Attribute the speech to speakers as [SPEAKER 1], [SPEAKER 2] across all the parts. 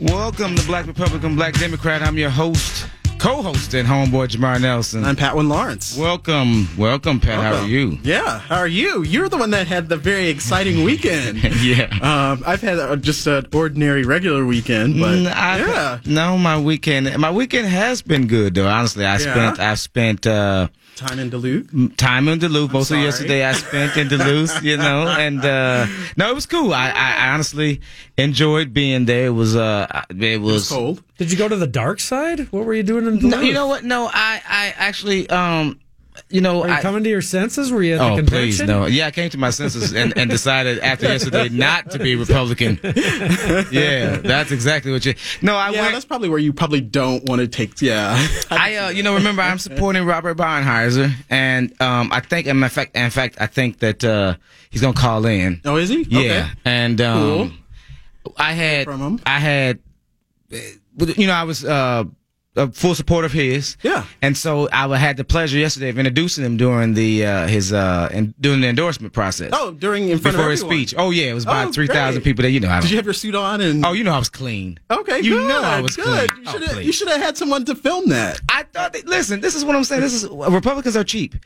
[SPEAKER 1] welcome to Black Republican, Black Democrat. I'm your host, co-host, and homeboy Jamar Nelson.
[SPEAKER 2] I'm Patwin Lawrence.
[SPEAKER 1] Welcome, welcome, Pat. How are
[SPEAKER 2] Welcome.
[SPEAKER 1] you?
[SPEAKER 2] Yeah, how are you? You're the one that had the very exciting weekend.
[SPEAKER 1] Yeah.
[SPEAKER 2] Um, I've had uh just an ordinary, regular weekend, but
[SPEAKER 1] Mm, I-
[SPEAKER 2] yeah,
[SPEAKER 1] No, my weekend, my weekend has been good though. Honestly, I spent, I spent uh,
[SPEAKER 2] time in Duluth.
[SPEAKER 1] time in Duluth. Most
[SPEAKER 2] sorry.
[SPEAKER 1] of yesterday I spent in Duluth, you know, and uh, no, it was cool. I, I honestly enjoyed being there. It was, uh, it was,
[SPEAKER 2] Cold.
[SPEAKER 3] Did you go to the dark side? What were you doing in Duluth?
[SPEAKER 1] No, you know what? No, I, I actually, um, you know,
[SPEAKER 3] Were you
[SPEAKER 1] I,
[SPEAKER 3] coming to your senses? Were you at the
[SPEAKER 1] Oh, please,
[SPEAKER 3] convention?
[SPEAKER 1] no. Yeah, I came to my senses and, and decided after yesterday not to be Republican. Yeah, that's exactly what you. No, I
[SPEAKER 2] Yeah,
[SPEAKER 1] went.
[SPEAKER 2] that's probably where you probably don't want to take. Yeah,
[SPEAKER 1] I, uh, you know, remember I'm supporting Robert Bonheiser, and um, I think, in fact, in fact, I think that uh, he's gonna call in.
[SPEAKER 2] oh, is he?
[SPEAKER 1] Yeah,
[SPEAKER 2] Okay.
[SPEAKER 1] and um, I had,
[SPEAKER 2] From him.
[SPEAKER 1] I had, uh, you know, I was uh, a full support of his.
[SPEAKER 2] Yeah.
[SPEAKER 1] and so I had the pleasure yesterday of introducing him during the uh, his uh, and during the endorsement process.
[SPEAKER 2] Oh, during in front
[SPEAKER 1] before
[SPEAKER 2] of
[SPEAKER 1] his
[SPEAKER 2] everyone.
[SPEAKER 1] speech. Oh yeah, it was about
[SPEAKER 2] Oh,
[SPEAKER 1] three thousand
[SPEAKER 2] great.
[SPEAKER 1] people that you know. I
[SPEAKER 2] Did
[SPEAKER 1] don't,
[SPEAKER 2] you have your suit on? And
[SPEAKER 1] oh, you know I was clean.
[SPEAKER 2] okay,
[SPEAKER 1] you
[SPEAKER 2] good,
[SPEAKER 1] know I was
[SPEAKER 2] good.
[SPEAKER 1] clean.
[SPEAKER 2] You
[SPEAKER 1] Oh,
[SPEAKER 2] should have
[SPEAKER 1] please.
[SPEAKER 2] you should have had someone to film that.
[SPEAKER 1] I thought. That, listen, this is what I'm saying. This is Republicans are cheap.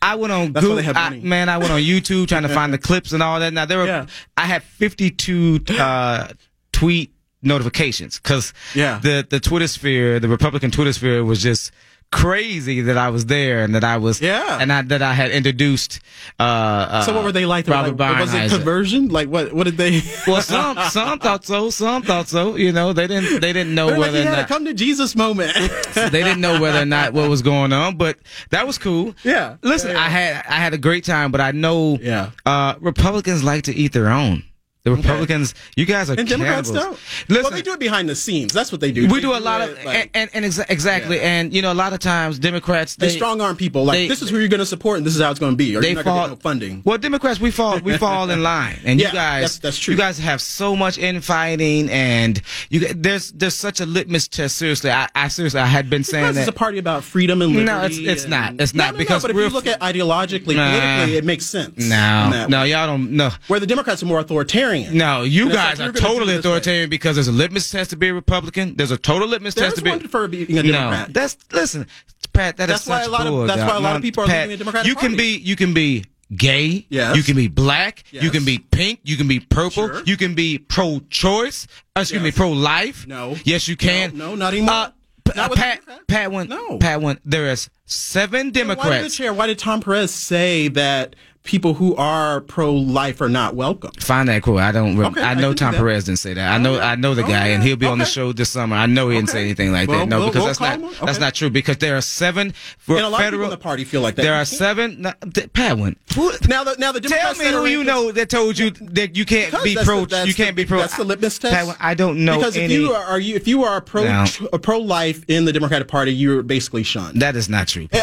[SPEAKER 1] I went on
[SPEAKER 2] That's why
[SPEAKER 1] Google,
[SPEAKER 2] they have
[SPEAKER 1] I-
[SPEAKER 2] money.
[SPEAKER 1] man. I went on YouTube trying to find the clips and all that. Now there were,
[SPEAKER 2] Yeah.
[SPEAKER 1] I had 52 uh, tweet notifications because
[SPEAKER 2] Yeah.
[SPEAKER 1] the the Twitter sphere, the Republican Twitter sphere, was just crazy that I was there and that I was
[SPEAKER 2] Yeah.
[SPEAKER 1] and I, that I had introduced. Uh, uh,
[SPEAKER 2] So what were they like? They were
[SPEAKER 1] Robert
[SPEAKER 2] like- was it
[SPEAKER 1] Barnheiser.
[SPEAKER 2] conversion? Like what? What did they?
[SPEAKER 1] Well, some some thought so, some thought so. You know, they didn't they didn't know
[SPEAKER 2] They're like,
[SPEAKER 1] whether
[SPEAKER 2] he
[SPEAKER 1] or
[SPEAKER 2] had a
[SPEAKER 1] not
[SPEAKER 2] come to Jesus moment.
[SPEAKER 1] they didn't know whether or not what was going on, but that was cool.
[SPEAKER 2] Yeah.
[SPEAKER 1] Listen,
[SPEAKER 2] Yeah, yeah.
[SPEAKER 1] I had I had a great time, but I know
[SPEAKER 2] Yeah.
[SPEAKER 1] uh, Republicans like to eat their own. The Republicans, you guys are
[SPEAKER 2] and Democrats
[SPEAKER 1] cannibals.
[SPEAKER 2] don't.
[SPEAKER 1] Listen,
[SPEAKER 2] well, they do it behind the scenes. That's what they do.
[SPEAKER 1] we
[SPEAKER 2] They
[SPEAKER 1] do a lot of
[SPEAKER 2] it, like,
[SPEAKER 1] and, and, and exa- exactly, and you know, a lot of times Democrats
[SPEAKER 2] they,
[SPEAKER 1] they
[SPEAKER 2] strong arm people. Like
[SPEAKER 1] they-
[SPEAKER 2] this is who you're going to support, and this is how it's going to be. Or
[SPEAKER 1] they
[SPEAKER 2] you're not going
[SPEAKER 1] fall
[SPEAKER 2] to get no funding.
[SPEAKER 1] Well, Democrats, we fall we fall in line, and
[SPEAKER 2] Yeah,
[SPEAKER 1] you guys,
[SPEAKER 2] that's- that's true.
[SPEAKER 1] You guys have so much infighting, and you g- there's there's such a litmus test. Seriously, I, I seriously I had been saying
[SPEAKER 2] Because
[SPEAKER 1] that
[SPEAKER 2] it's a party about freedom and liberty.
[SPEAKER 1] No, it's- it's
[SPEAKER 2] and-
[SPEAKER 1] not. It's
[SPEAKER 2] No,
[SPEAKER 1] not,
[SPEAKER 2] no, no,
[SPEAKER 1] because
[SPEAKER 2] but if
[SPEAKER 1] we're
[SPEAKER 2] you
[SPEAKER 1] f-
[SPEAKER 2] look at ideologically,
[SPEAKER 1] Nah.
[SPEAKER 2] politically, it makes sense. in
[SPEAKER 1] No,
[SPEAKER 2] that
[SPEAKER 1] no,
[SPEAKER 2] way.
[SPEAKER 1] y'all don't. No,
[SPEAKER 2] Where the Democrats are more authoritarian.
[SPEAKER 1] no, you
[SPEAKER 2] And it's
[SPEAKER 1] guys
[SPEAKER 2] like,
[SPEAKER 1] are
[SPEAKER 2] you're gonna do
[SPEAKER 1] totally
[SPEAKER 2] it this way.
[SPEAKER 1] authoritarian because there's a litmus test to be a Republican. There's a total litmus
[SPEAKER 2] There's
[SPEAKER 1] test to be.
[SPEAKER 2] one for being a
[SPEAKER 1] no,
[SPEAKER 2] Democrat.
[SPEAKER 1] that's listen, Pat. that is
[SPEAKER 2] That's why
[SPEAKER 1] such
[SPEAKER 2] a lot of-
[SPEAKER 1] bull,
[SPEAKER 2] that's
[SPEAKER 1] dog.
[SPEAKER 2] why a lot of
[SPEAKER 1] No,
[SPEAKER 2] people are
[SPEAKER 1] Pat,
[SPEAKER 2] leaving the Democratic
[SPEAKER 1] You can
[SPEAKER 2] Party.
[SPEAKER 1] be, you can be gay.
[SPEAKER 2] Yes.
[SPEAKER 1] You can be black. You
[SPEAKER 2] Yes.
[SPEAKER 1] can be pink. You can be purple.
[SPEAKER 2] Sure.
[SPEAKER 1] You can be pro-choice. Uh, Excuse me,
[SPEAKER 2] Yes.
[SPEAKER 1] pro-life.
[SPEAKER 2] No.
[SPEAKER 1] Yes, you can.
[SPEAKER 2] No, no, not anymore.
[SPEAKER 1] Uh, p-
[SPEAKER 2] Not
[SPEAKER 1] uh,
[SPEAKER 2] with
[SPEAKER 1] Pat,
[SPEAKER 2] Democrats.
[SPEAKER 1] Pat one,
[SPEAKER 2] No.
[SPEAKER 1] Pat one. There is seven
[SPEAKER 2] Why did the
[SPEAKER 1] Democrats.
[SPEAKER 2] chair? Why did Tom Perez say that people who are pro-life are not welcome?
[SPEAKER 1] Find that quote. I don't. Rem-
[SPEAKER 2] Okay,
[SPEAKER 1] I
[SPEAKER 2] I
[SPEAKER 1] know
[SPEAKER 2] can do
[SPEAKER 1] Tom
[SPEAKER 2] that.
[SPEAKER 1] Perez didn't say that. I know. I know the guy, and he'll be on the
[SPEAKER 2] Okay.
[SPEAKER 1] show this summer. I know he didn't say
[SPEAKER 2] Okay.
[SPEAKER 1] anything like
[SPEAKER 2] Well,
[SPEAKER 1] that. No,
[SPEAKER 2] we'll-
[SPEAKER 1] because
[SPEAKER 2] we'll
[SPEAKER 1] that's
[SPEAKER 2] call
[SPEAKER 1] not
[SPEAKER 2] him.
[SPEAKER 1] that's
[SPEAKER 2] Okay.
[SPEAKER 1] not true. Because there are seven
[SPEAKER 2] And a lot of people
[SPEAKER 1] federal.
[SPEAKER 2] in the party feel like that.
[SPEAKER 1] There
[SPEAKER 2] You
[SPEAKER 1] are
[SPEAKER 2] can't.
[SPEAKER 1] seven. no, th- Padwin. Who,
[SPEAKER 2] Now the now the
[SPEAKER 1] tell
[SPEAKER 2] Democrats
[SPEAKER 1] me
[SPEAKER 2] that are
[SPEAKER 1] who you
[SPEAKER 2] in-
[SPEAKER 1] know that told you that you can't
[SPEAKER 2] Because
[SPEAKER 1] be
[SPEAKER 2] that's
[SPEAKER 1] pro.
[SPEAKER 2] the- that's
[SPEAKER 1] you can't
[SPEAKER 2] the-
[SPEAKER 1] be pro.
[SPEAKER 2] That's the litmus test.
[SPEAKER 1] Padwin, I don't know
[SPEAKER 2] Because
[SPEAKER 1] any.
[SPEAKER 2] if you are, are you if you are pro
[SPEAKER 1] No.
[SPEAKER 2] pro life in the Democratic Party, you're basically shunned.
[SPEAKER 1] that is not true.
[SPEAKER 2] Uh,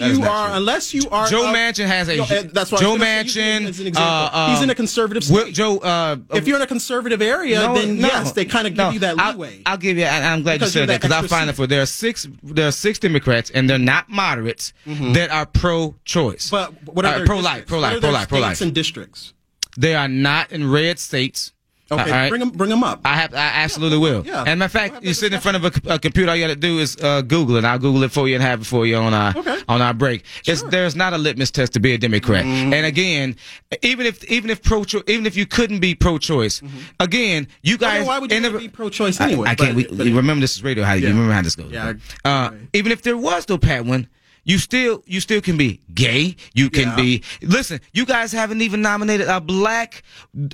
[SPEAKER 1] is
[SPEAKER 2] you
[SPEAKER 1] not
[SPEAKER 2] are,
[SPEAKER 1] true.
[SPEAKER 2] unless you are.
[SPEAKER 1] Joe
[SPEAKER 2] of-
[SPEAKER 1] Manchin has a.
[SPEAKER 2] No, uh, that's why
[SPEAKER 1] Joe
[SPEAKER 2] I was gonna say, use him
[SPEAKER 1] Manchin.
[SPEAKER 2] as an
[SPEAKER 1] uh,
[SPEAKER 2] example.
[SPEAKER 1] uh,
[SPEAKER 2] He's in a conservative state.
[SPEAKER 1] Will- Joe. Uh,
[SPEAKER 2] if you're in a conservative area, then yes, they kind of
[SPEAKER 1] no,
[SPEAKER 2] give you that
[SPEAKER 1] I'll-
[SPEAKER 2] leeway.
[SPEAKER 1] I'll, give you. I, I'm glad
[SPEAKER 2] Because
[SPEAKER 1] you
[SPEAKER 2] you're
[SPEAKER 1] said that
[SPEAKER 2] that
[SPEAKER 1] because I
[SPEAKER 2] extra
[SPEAKER 1] find it
[SPEAKER 2] seat.
[SPEAKER 1] for there are six there are six Democrats and they're not moderates that are pro-choice.
[SPEAKER 2] Mm-hmm. but what are
[SPEAKER 1] Uh,
[SPEAKER 2] their
[SPEAKER 1] pro-life,
[SPEAKER 2] districts? What
[SPEAKER 1] pro-life,
[SPEAKER 2] are their
[SPEAKER 1] pro-life, pro-life?
[SPEAKER 2] states and districts?
[SPEAKER 1] they are not in red states.
[SPEAKER 2] Okay,
[SPEAKER 1] all right?
[SPEAKER 2] bring them bring them up.
[SPEAKER 1] I have. I absolutely will.
[SPEAKER 2] yeah.
[SPEAKER 1] And matter of
[SPEAKER 2] We'll
[SPEAKER 1] fact,
[SPEAKER 2] have
[SPEAKER 1] you
[SPEAKER 2] that
[SPEAKER 1] sit in front of a, a computer. All you got to do is uh, Google it. I'll Google it for you and have it for you on our
[SPEAKER 2] Okay.
[SPEAKER 1] on our break. It's, there's not a litmus test to be a Democrat.
[SPEAKER 2] Mm-hmm.
[SPEAKER 1] And again, even if even if pro even if you couldn't be pro-choice, again, you
[SPEAKER 2] Mm-hmm. I mean,
[SPEAKER 1] guys.
[SPEAKER 2] why would you
[SPEAKER 1] in the-
[SPEAKER 2] wanna be pro-choice anyway?
[SPEAKER 1] I, I can't.
[SPEAKER 2] But-
[SPEAKER 1] we,
[SPEAKER 2] but-
[SPEAKER 1] you remember this is radio. How you
[SPEAKER 2] Yeah.
[SPEAKER 1] remember how this goes?
[SPEAKER 2] Yeah, I-
[SPEAKER 1] Uh, Even if there was no Pat one. You still, you still can be gay. You can
[SPEAKER 2] Yeah.
[SPEAKER 1] be. Listen, you guys haven't even nominated a black,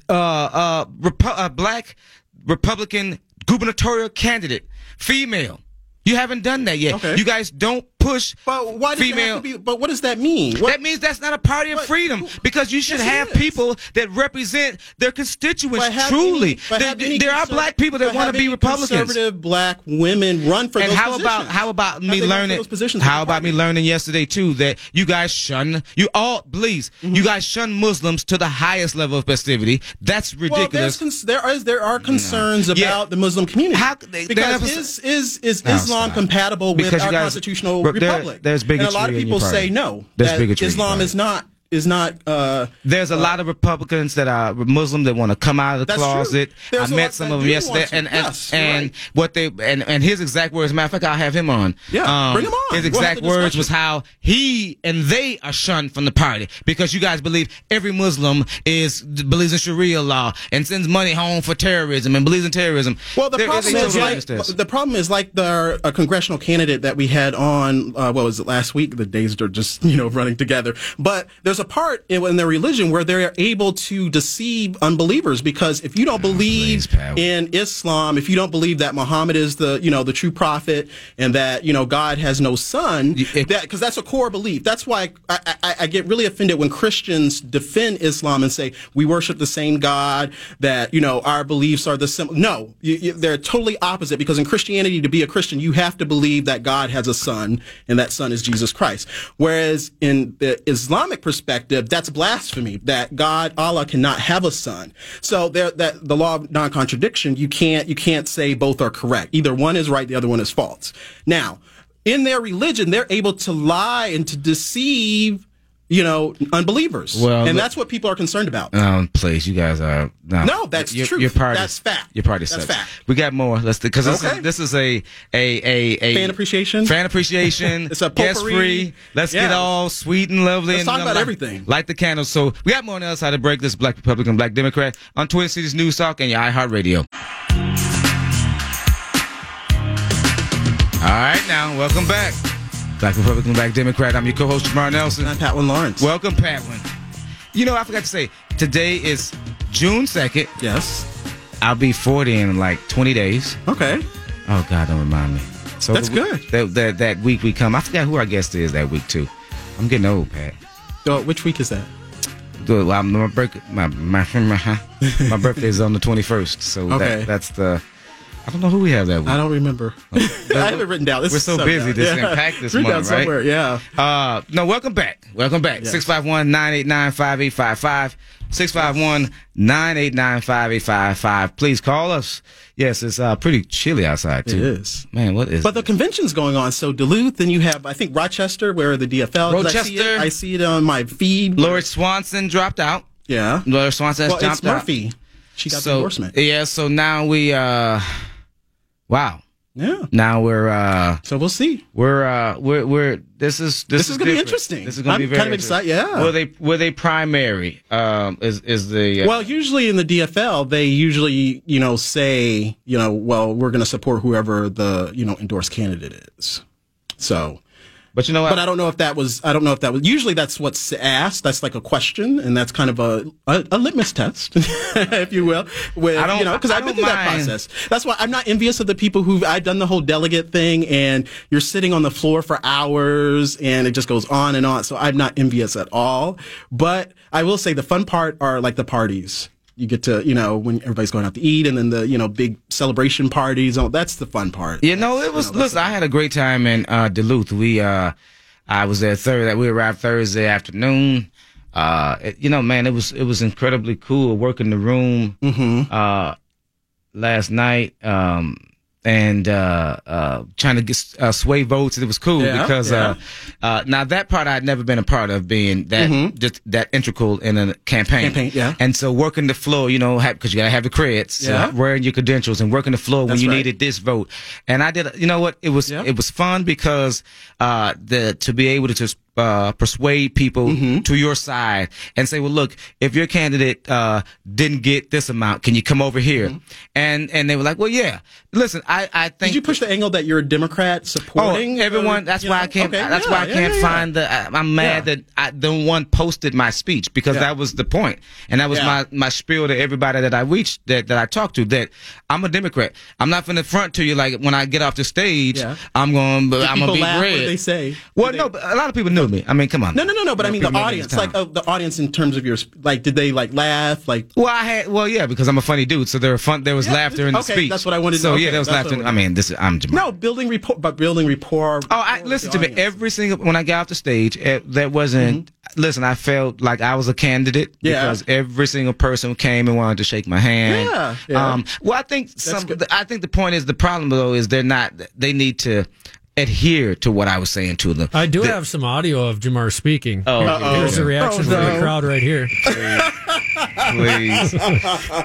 [SPEAKER 1] uh, uh, Repu- a black Republican gubernatorial candidate, female. You haven't done that yet.
[SPEAKER 2] Okay.
[SPEAKER 1] You guys don't push
[SPEAKER 2] but why does it
[SPEAKER 1] female.
[SPEAKER 2] have to be? But what does that mean? What,
[SPEAKER 1] That means that's not a party of
[SPEAKER 2] But-
[SPEAKER 1] freedom because you should
[SPEAKER 2] Yes, it
[SPEAKER 1] have
[SPEAKER 2] is.
[SPEAKER 1] people that represent their constituents
[SPEAKER 2] But have
[SPEAKER 1] truly.
[SPEAKER 2] any- but
[SPEAKER 1] There-
[SPEAKER 2] have any
[SPEAKER 1] there are
[SPEAKER 2] conser-
[SPEAKER 1] black people that
[SPEAKER 2] but
[SPEAKER 1] want
[SPEAKER 2] have
[SPEAKER 1] to be
[SPEAKER 2] any
[SPEAKER 1] Republicans.
[SPEAKER 2] Conservative black women run for
[SPEAKER 1] And
[SPEAKER 2] those
[SPEAKER 1] how
[SPEAKER 2] positions.
[SPEAKER 1] about how about
[SPEAKER 2] Have
[SPEAKER 1] me
[SPEAKER 2] they run for
[SPEAKER 1] learning?
[SPEAKER 2] those positions in
[SPEAKER 1] How
[SPEAKER 2] the
[SPEAKER 1] about me
[SPEAKER 2] party?
[SPEAKER 1] learning yesterday too that you guys shun you all please
[SPEAKER 2] Mm-hmm.
[SPEAKER 1] you guys shun Muslims to the highest level of festivity. That's
[SPEAKER 2] Well, there's
[SPEAKER 1] ridiculous.
[SPEAKER 2] cons- there is there are concerns
[SPEAKER 1] Yeah.
[SPEAKER 2] about the Muslim community
[SPEAKER 1] How could they-
[SPEAKER 2] because
[SPEAKER 1] they're-
[SPEAKER 2] is is is
[SPEAKER 1] No,
[SPEAKER 2] Islam
[SPEAKER 1] stop.
[SPEAKER 2] compatible with
[SPEAKER 1] Because you
[SPEAKER 2] our
[SPEAKER 1] guys-
[SPEAKER 2] constitutional
[SPEAKER 1] Bro, there-
[SPEAKER 2] republic?
[SPEAKER 1] there's bigotry
[SPEAKER 2] and a lot of
[SPEAKER 1] in your
[SPEAKER 2] people
[SPEAKER 1] party.
[SPEAKER 2] say no.
[SPEAKER 1] There's
[SPEAKER 2] that
[SPEAKER 1] bigotry in your
[SPEAKER 2] Islam
[SPEAKER 1] party.
[SPEAKER 2] is not is not. Uh,
[SPEAKER 1] There's a lot of Republicans that are Muslim that want to come out of the
[SPEAKER 2] That's true.
[SPEAKER 1] closet.
[SPEAKER 2] There's
[SPEAKER 1] I
[SPEAKER 2] a
[SPEAKER 1] met
[SPEAKER 2] lot
[SPEAKER 1] some
[SPEAKER 2] that
[SPEAKER 1] of them
[SPEAKER 2] do
[SPEAKER 1] yesterday,
[SPEAKER 2] want to.
[SPEAKER 1] and and,
[SPEAKER 2] Yes,
[SPEAKER 1] and
[SPEAKER 2] right.
[SPEAKER 1] what they and and his exact words. Matter of fact, I'll have him on. Um,
[SPEAKER 2] Yeah, bring him on.
[SPEAKER 1] His
[SPEAKER 2] We'll have
[SPEAKER 1] exact
[SPEAKER 2] the
[SPEAKER 1] words
[SPEAKER 2] discussion.
[SPEAKER 1] was how he and they are shunned from the party because you guys believe every Muslim is believes in Sharia law and sends money home for terrorism and believes in terrorism.
[SPEAKER 2] well, the
[SPEAKER 1] There is a
[SPEAKER 2] problem is
[SPEAKER 1] total
[SPEAKER 2] like
[SPEAKER 1] injustice.
[SPEAKER 2] the problem is like the a congressional candidate that we had on. Uh, what was it last week? The days are just you know running together. But there's a part in, in their religion where they are able to deceive unbelievers because if
[SPEAKER 1] Ah,
[SPEAKER 2] you don't believe
[SPEAKER 1] please, pal.
[SPEAKER 2] in Islam, if you don't believe that Muhammad is the you know the true prophet and that you know God has no son,
[SPEAKER 1] Y- it-
[SPEAKER 2] that because that's a core belief. That's why I, I- I, I get really offended when Christians defend Islam and say we worship the same God, that you know our beliefs are the same. No, you, you, they're totally opposite. Because in Christianity, to be a Christian, you have to believe that God has a son and that son is Jesus Christ. Whereas in the Islamic perspective, that's blasphemy. That God Allah cannot have a son. So there, that the law of non-contradiction, you can't you can't say both are correct. Either one is right, the other one is false. Now in their religion, they're able to lie and to deceive, you know, unbelievers.
[SPEAKER 1] Well,
[SPEAKER 2] and
[SPEAKER 1] the-
[SPEAKER 2] that's what people are concerned about.
[SPEAKER 1] Um, please, you guys are no.
[SPEAKER 2] No, that's
[SPEAKER 1] your,
[SPEAKER 2] truth.
[SPEAKER 1] Your party,
[SPEAKER 2] That's fact.
[SPEAKER 1] Your party
[SPEAKER 2] That's
[SPEAKER 1] sucks.
[SPEAKER 2] fact.
[SPEAKER 1] We got more. Let's because this,
[SPEAKER 2] Okay.
[SPEAKER 1] is, this is a a a, a
[SPEAKER 2] Fan appreciation?
[SPEAKER 1] Fan appreciation.
[SPEAKER 2] It's a
[SPEAKER 1] guest
[SPEAKER 2] potpourri.
[SPEAKER 1] free. Let's get
[SPEAKER 2] Yeah.
[SPEAKER 1] all sweet and lovely.
[SPEAKER 2] Let's
[SPEAKER 1] and
[SPEAKER 2] talk about
[SPEAKER 1] light-
[SPEAKER 2] everything.
[SPEAKER 1] Light the candles. So we got more on the other side of break. This Black Republican, Black Democrat on Twin Cities News Talk and your iHeartRadio. All right, now welcome back, Black Republican, Black Democrat. I'm your co-host Jamar Nelson.
[SPEAKER 2] I'm Patwin Lawrence.
[SPEAKER 1] Welcome, Patlin. You know, I forgot to say, today is June 2nd.
[SPEAKER 2] yes.
[SPEAKER 1] I'll be 40 in like 20 days.
[SPEAKER 2] Okay.
[SPEAKER 1] Oh, God, don't remind me. So
[SPEAKER 2] That's
[SPEAKER 1] the-
[SPEAKER 2] good.
[SPEAKER 1] That, that, that week we come. I forgot who our guest is that week, too. I'm getting old, Pat.
[SPEAKER 2] So which week is that?
[SPEAKER 1] Good. Well, I'm- my, birth, my, my, my, my birthday is on the 21st. So
[SPEAKER 2] Okay.
[SPEAKER 1] that, that's the. I don't know who we have that week.
[SPEAKER 2] I don't remember. I have it written down. This
[SPEAKER 1] We're
[SPEAKER 2] is
[SPEAKER 1] so
[SPEAKER 2] stuck
[SPEAKER 1] busy.
[SPEAKER 2] down.
[SPEAKER 1] This
[SPEAKER 2] Yeah.
[SPEAKER 1] didn't pack this
[SPEAKER 2] Written down
[SPEAKER 1] month, right?
[SPEAKER 2] somewhere, Yeah.
[SPEAKER 1] Uh, no, welcome back. Welcome back. 651 989 5855. 651 989 5855. Please call us. Yes, it's uh, pretty chilly outside, too.
[SPEAKER 2] It is.
[SPEAKER 1] Man, what is
[SPEAKER 2] But the convention's going on. So Duluth, and you have I think Rochester, where the DFL. 'cause I see,
[SPEAKER 1] Rochester.
[SPEAKER 2] it, I see it on my feed.
[SPEAKER 1] Lori Swanson dropped out.
[SPEAKER 2] Yeah.
[SPEAKER 1] Lori Swanson has
[SPEAKER 2] Well,
[SPEAKER 1] dropped
[SPEAKER 2] it's Murphy.
[SPEAKER 1] out.
[SPEAKER 2] She got the
[SPEAKER 1] So,
[SPEAKER 2] endorsement.
[SPEAKER 1] yeah, so now we, uh, wow.
[SPEAKER 2] yeah.
[SPEAKER 1] Now we're, uh,
[SPEAKER 2] So we'll see.
[SPEAKER 1] we're, uh, we're, we're, this is, this,
[SPEAKER 2] This is gonna be
[SPEAKER 1] different.
[SPEAKER 2] interesting.
[SPEAKER 1] This is going to
[SPEAKER 2] I'm
[SPEAKER 1] be very
[SPEAKER 2] kind of
[SPEAKER 1] interesting.
[SPEAKER 2] excited, yeah.
[SPEAKER 1] Will they, will they primary, um, is, is the, uh,
[SPEAKER 2] Well, usually in the DFL, they usually, you know, say, you know, well, we're going to support whoever the, you know, endorsed candidate is. So,
[SPEAKER 1] but you know what?
[SPEAKER 2] but I don't know if that was, I don't know if that was, usually that's what's asked. That's like a question, and that's kind of a, a, a litmus test, if you will. With,
[SPEAKER 1] I don't-
[SPEAKER 2] you know, because
[SPEAKER 1] I
[SPEAKER 2] I've been
[SPEAKER 1] don't
[SPEAKER 2] through that
[SPEAKER 1] mind.
[SPEAKER 2] process. That's why I'm not envious of the people who've, I've done the whole delegate thing, and you're sitting on the floor for hours, and it just goes on and on. So I'm not envious at all. But I will say the fun part are like the parties you get to, you know, when everybody's going out to eat and then the, you know, big celebration parties. Oh, that's the fun part.
[SPEAKER 1] You know, it was. listen, I had a great time in uh, Duluth. We, uh, I was there Thursday. We arrived Thursday afternoon. Uh, it- you know, man, it was it was incredibly cool working the room
[SPEAKER 2] Mm-hmm.
[SPEAKER 1] uh, last night um, and uh, uh, trying to get uh, sway votes. It was cool
[SPEAKER 2] Yeah,
[SPEAKER 1] because Uh, uh, now that part I'd never been a part of being that just that integral in a campaign.
[SPEAKER 2] Mm-hmm. Campaign, yeah.
[SPEAKER 1] And so working the floor, you know, because you gotta have the creds,
[SPEAKER 2] Yeah.
[SPEAKER 1] so wearing your credentials and working the floor when
[SPEAKER 2] Uh-huh. That's
[SPEAKER 1] you
[SPEAKER 2] right.
[SPEAKER 1] needed did this vote, and I did. You know what? It was it was fun because uh, the to be able to just uh, persuade people
[SPEAKER 2] Mm-hmm.
[SPEAKER 1] to your side and say, well, look, if your candidate uh, didn't get this amount, can you come over here? And and they were like, well, yeah. Listen, I I think
[SPEAKER 2] Mm-hmm. Did you push the angle that you're a Democrat supporting?
[SPEAKER 1] Oh, everyone.
[SPEAKER 2] uh,
[SPEAKER 1] that's
[SPEAKER 2] you
[SPEAKER 1] why
[SPEAKER 2] know?
[SPEAKER 1] I can't.
[SPEAKER 2] Okay,
[SPEAKER 1] That's
[SPEAKER 2] yeah,
[SPEAKER 1] why I
[SPEAKER 2] yeah,
[SPEAKER 1] can't
[SPEAKER 2] yeah, yeah.
[SPEAKER 1] find the. I, I'm mad
[SPEAKER 2] Yeah.
[SPEAKER 1] that I, the one posted my speech because
[SPEAKER 2] Yeah.
[SPEAKER 1] that was the point, and that was
[SPEAKER 2] Yeah.
[SPEAKER 1] my my spiel to everybody that I reached that that I talked to. That I'm a Democrat. I'm not from the front to you. Like when I get off the stage,
[SPEAKER 2] Yeah.
[SPEAKER 1] I'm going. to I'm gonna
[SPEAKER 2] people
[SPEAKER 1] be
[SPEAKER 2] laugh? What
[SPEAKER 1] red.
[SPEAKER 2] did they say?
[SPEAKER 1] Well,
[SPEAKER 2] Did
[SPEAKER 1] no, but a lot of people knew me. I mean, come on.
[SPEAKER 2] No, no, no, no. But I mean, the
[SPEAKER 1] people know me this
[SPEAKER 2] audience, like
[SPEAKER 1] time.
[SPEAKER 2] uh, the audience in terms of your, sp- like, did they like laugh? Like,
[SPEAKER 1] Well, I had well, yeah, because I'm a funny dude. So there were fun. There was laughter in the
[SPEAKER 2] okay,
[SPEAKER 1] speech.
[SPEAKER 2] that's what I wanted to
[SPEAKER 1] So
[SPEAKER 2] know.
[SPEAKER 1] yeah,
[SPEAKER 2] Okay,
[SPEAKER 1] there was
[SPEAKER 2] that's what
[SPEAKER 1] laughter.
[SPEAKER 2] I
[SPEAKER 1] I
[SPEAKER 2] wanted
[SPEAKER 1] mean, this I'm Jamal.
[SPEAKER 2] no, building rapport, but building rapport.
[SPEAKER 1] Oh, I listen to me. Every single when I got off the stage, eh, that wasn't. Listen, I felt like I was a candidate
[SPEAKER 2] Mm-hmm. Yeah.
[SPEAKER 1] because every single person came and wanted to shake my hand.
[SPEAKER 2] Yeah, yeah.
[SPEAKER 1] Um. Well, I think some.
[SPEAKER 2] good.
[SPEAKER 1] I think the point is the problem though is they're not. They need to adhere to what I was saying to them.
[SPEAKER 3] I do
[SPEAKER 1] The-
[SPEAKER 3] have some audio of Jamar speaking.
[SPEAKER 1] Oh,
[SPEAKER 3] Here- here's the reaction
[SPEAKER 2] Oh,
[SPEAKER 3] from
[SPEAKER 2] no.
[SPEAKER 3] the crowd right here.
[SPEAKER 1] please.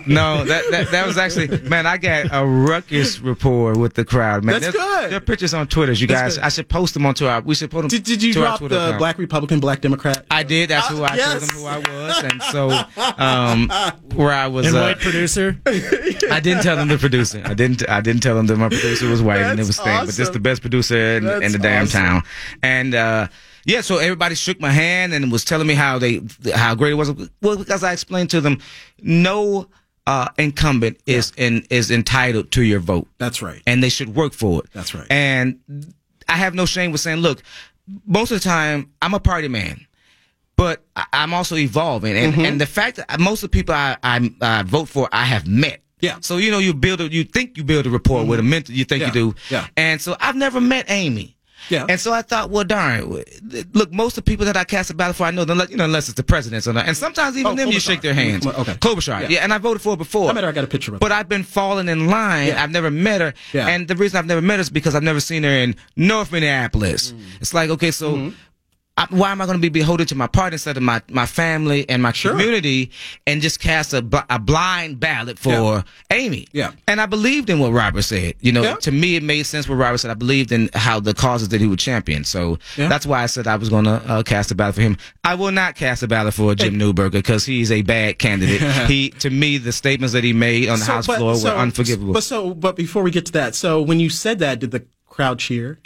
[SPEAKER 1] no, that, that that was actually man. I got a ruckus rapport with the crowd, man.
[SPEAKER 2] That's
[SPEAKER 1] There's-
[SPEAKER 2] good.
[SPEAKER 1] There are pictures on Twitter, you guys. I should post them onto our. We should put them.
[SPEAKER 2] Did, did you
[SPEAKER 1] to our
[SPEAKER 2] drop
[SPEAKER 1] Twitter
[SPEAKER 2] the
[SPEAKER 1] account.
[SPEAKER 2] black Republican, black Democrat?
[SPEAKER 1] I did. That's who I
[SPEAKER 2] Ah,
[SPEAKER 1] told
[SPEAKER 2] yes.
[SPEAKER 1] them who I was, and so um, where I was.
[SPEAKER 3] And
[SPEAKER 1] uh,
[SPEAKER 3] white producer.
[SPEAKER 1] I didn't tell them the producer. I didn't. I didn't tell them that my producer was white and it
[SPEAKER 2] That's
[SPEAKER 1] was thing, but this
[SPEAKER 2] awesome.
[SPEAKER 1] the best producer in, in
[SPEAKER 2] That's
[SPEAKER 1] the damn
[SPEAKER 2] awesome.
[SPEAKER 1] town. And uh, yeah, so everybody shook my hand and was telling me how they how great it was. Well, because I explained to them, no uh, incumbent is in, is entitled to your vote
[SPEAKER 2] That's right.
[SPEAKER 1] and they should work for it.
[SPEAKER 2] That's right.
[SPEAKER 1] And I have no shame with saying, look, most of the time I'm a party man, but I- I'm also evolving, and
[SPEAKER 2] Mm-hmm.
[SPEAKER 1] and the fact that most of the people I I, I vote for I have met.
[SPEAKER 2] Yeah. Mm-hmm.
[SPEAKER 1] So you know you build a you think you build a rapport with a mentor you think
[SPEAKER 2] Yeah.
[SPEAKER 1] you do.
[SPEAKER 2] Yeah.
[SPEAKER 1] And so I've never met Amy.
[SPEAKER 2] Yeah.
[SPEAKER 1] And so I thought, well, darn. w- th- Look, most of the people that I cast a ballot for, I know, unless, you know, unless it's the presidents or not. And sometimes even
[SPEAKER 2] Oh,
[SPEAKER 1] them, you
[SPEAKER 2] Klobuchar.
[SPEAKER 1] shake their hands.
[SPEAKER 2] Okay.
[SPEAKER 1] Klobuchar.
[SPEAKER 2] Yeah.
[SPEAKER 1] Yeah. And I voted for her before.
[SPEAKER 2] I met her, I got a picture with her.
[SPEAKER 1] But I've been falling in line.
[SPEAKER 2] Yeah.
[SPEAKER 1] I've never met her.
[SPEAKER 2] Yeah.
[SPEAKER 1] And the reason I've never met her is because I've never seen her in North Minneapolis.
[SPEAKER 2] Mm.
[SPEAKER 1] It's like, okay, so
[SPEAKER 2] Mm-hmm.
[SPEAKER 1] I, why am I going to be beholden to my partner instead of my, my family and my community and just cast a, bl- a blind ballot for
[SPEAKER 2] Yeah.
[SPEAKER 1] Amy?
[SPEAKER 2] Yeah.
[SPEAKER 1] And I believed in what Robert said. You know,
[SPEAKER 2] Yeah.
[SPEAKER 1] to me, it made sense what Robert said. I believed in how the causes that he would champion. So
[SPEAKER 2] Yeah.
[SPEAKER 1] that's why I said I was going to uh, cast a ballot for him. I will not cast a ballot for Jim Newberger because he's a bad candidate. he, to me, the statements that he made on the
[SPEAKER 2] So,
[SPEAKER 1] House
[SPEAKER 2] but-
[SPEAKER 1] floor
[SPEAKER 2] so-
[SPEAKER 1] were unforgivable.
[SPEAKER 2] But so, but before we get to that, so when you said that, did the crowd cheer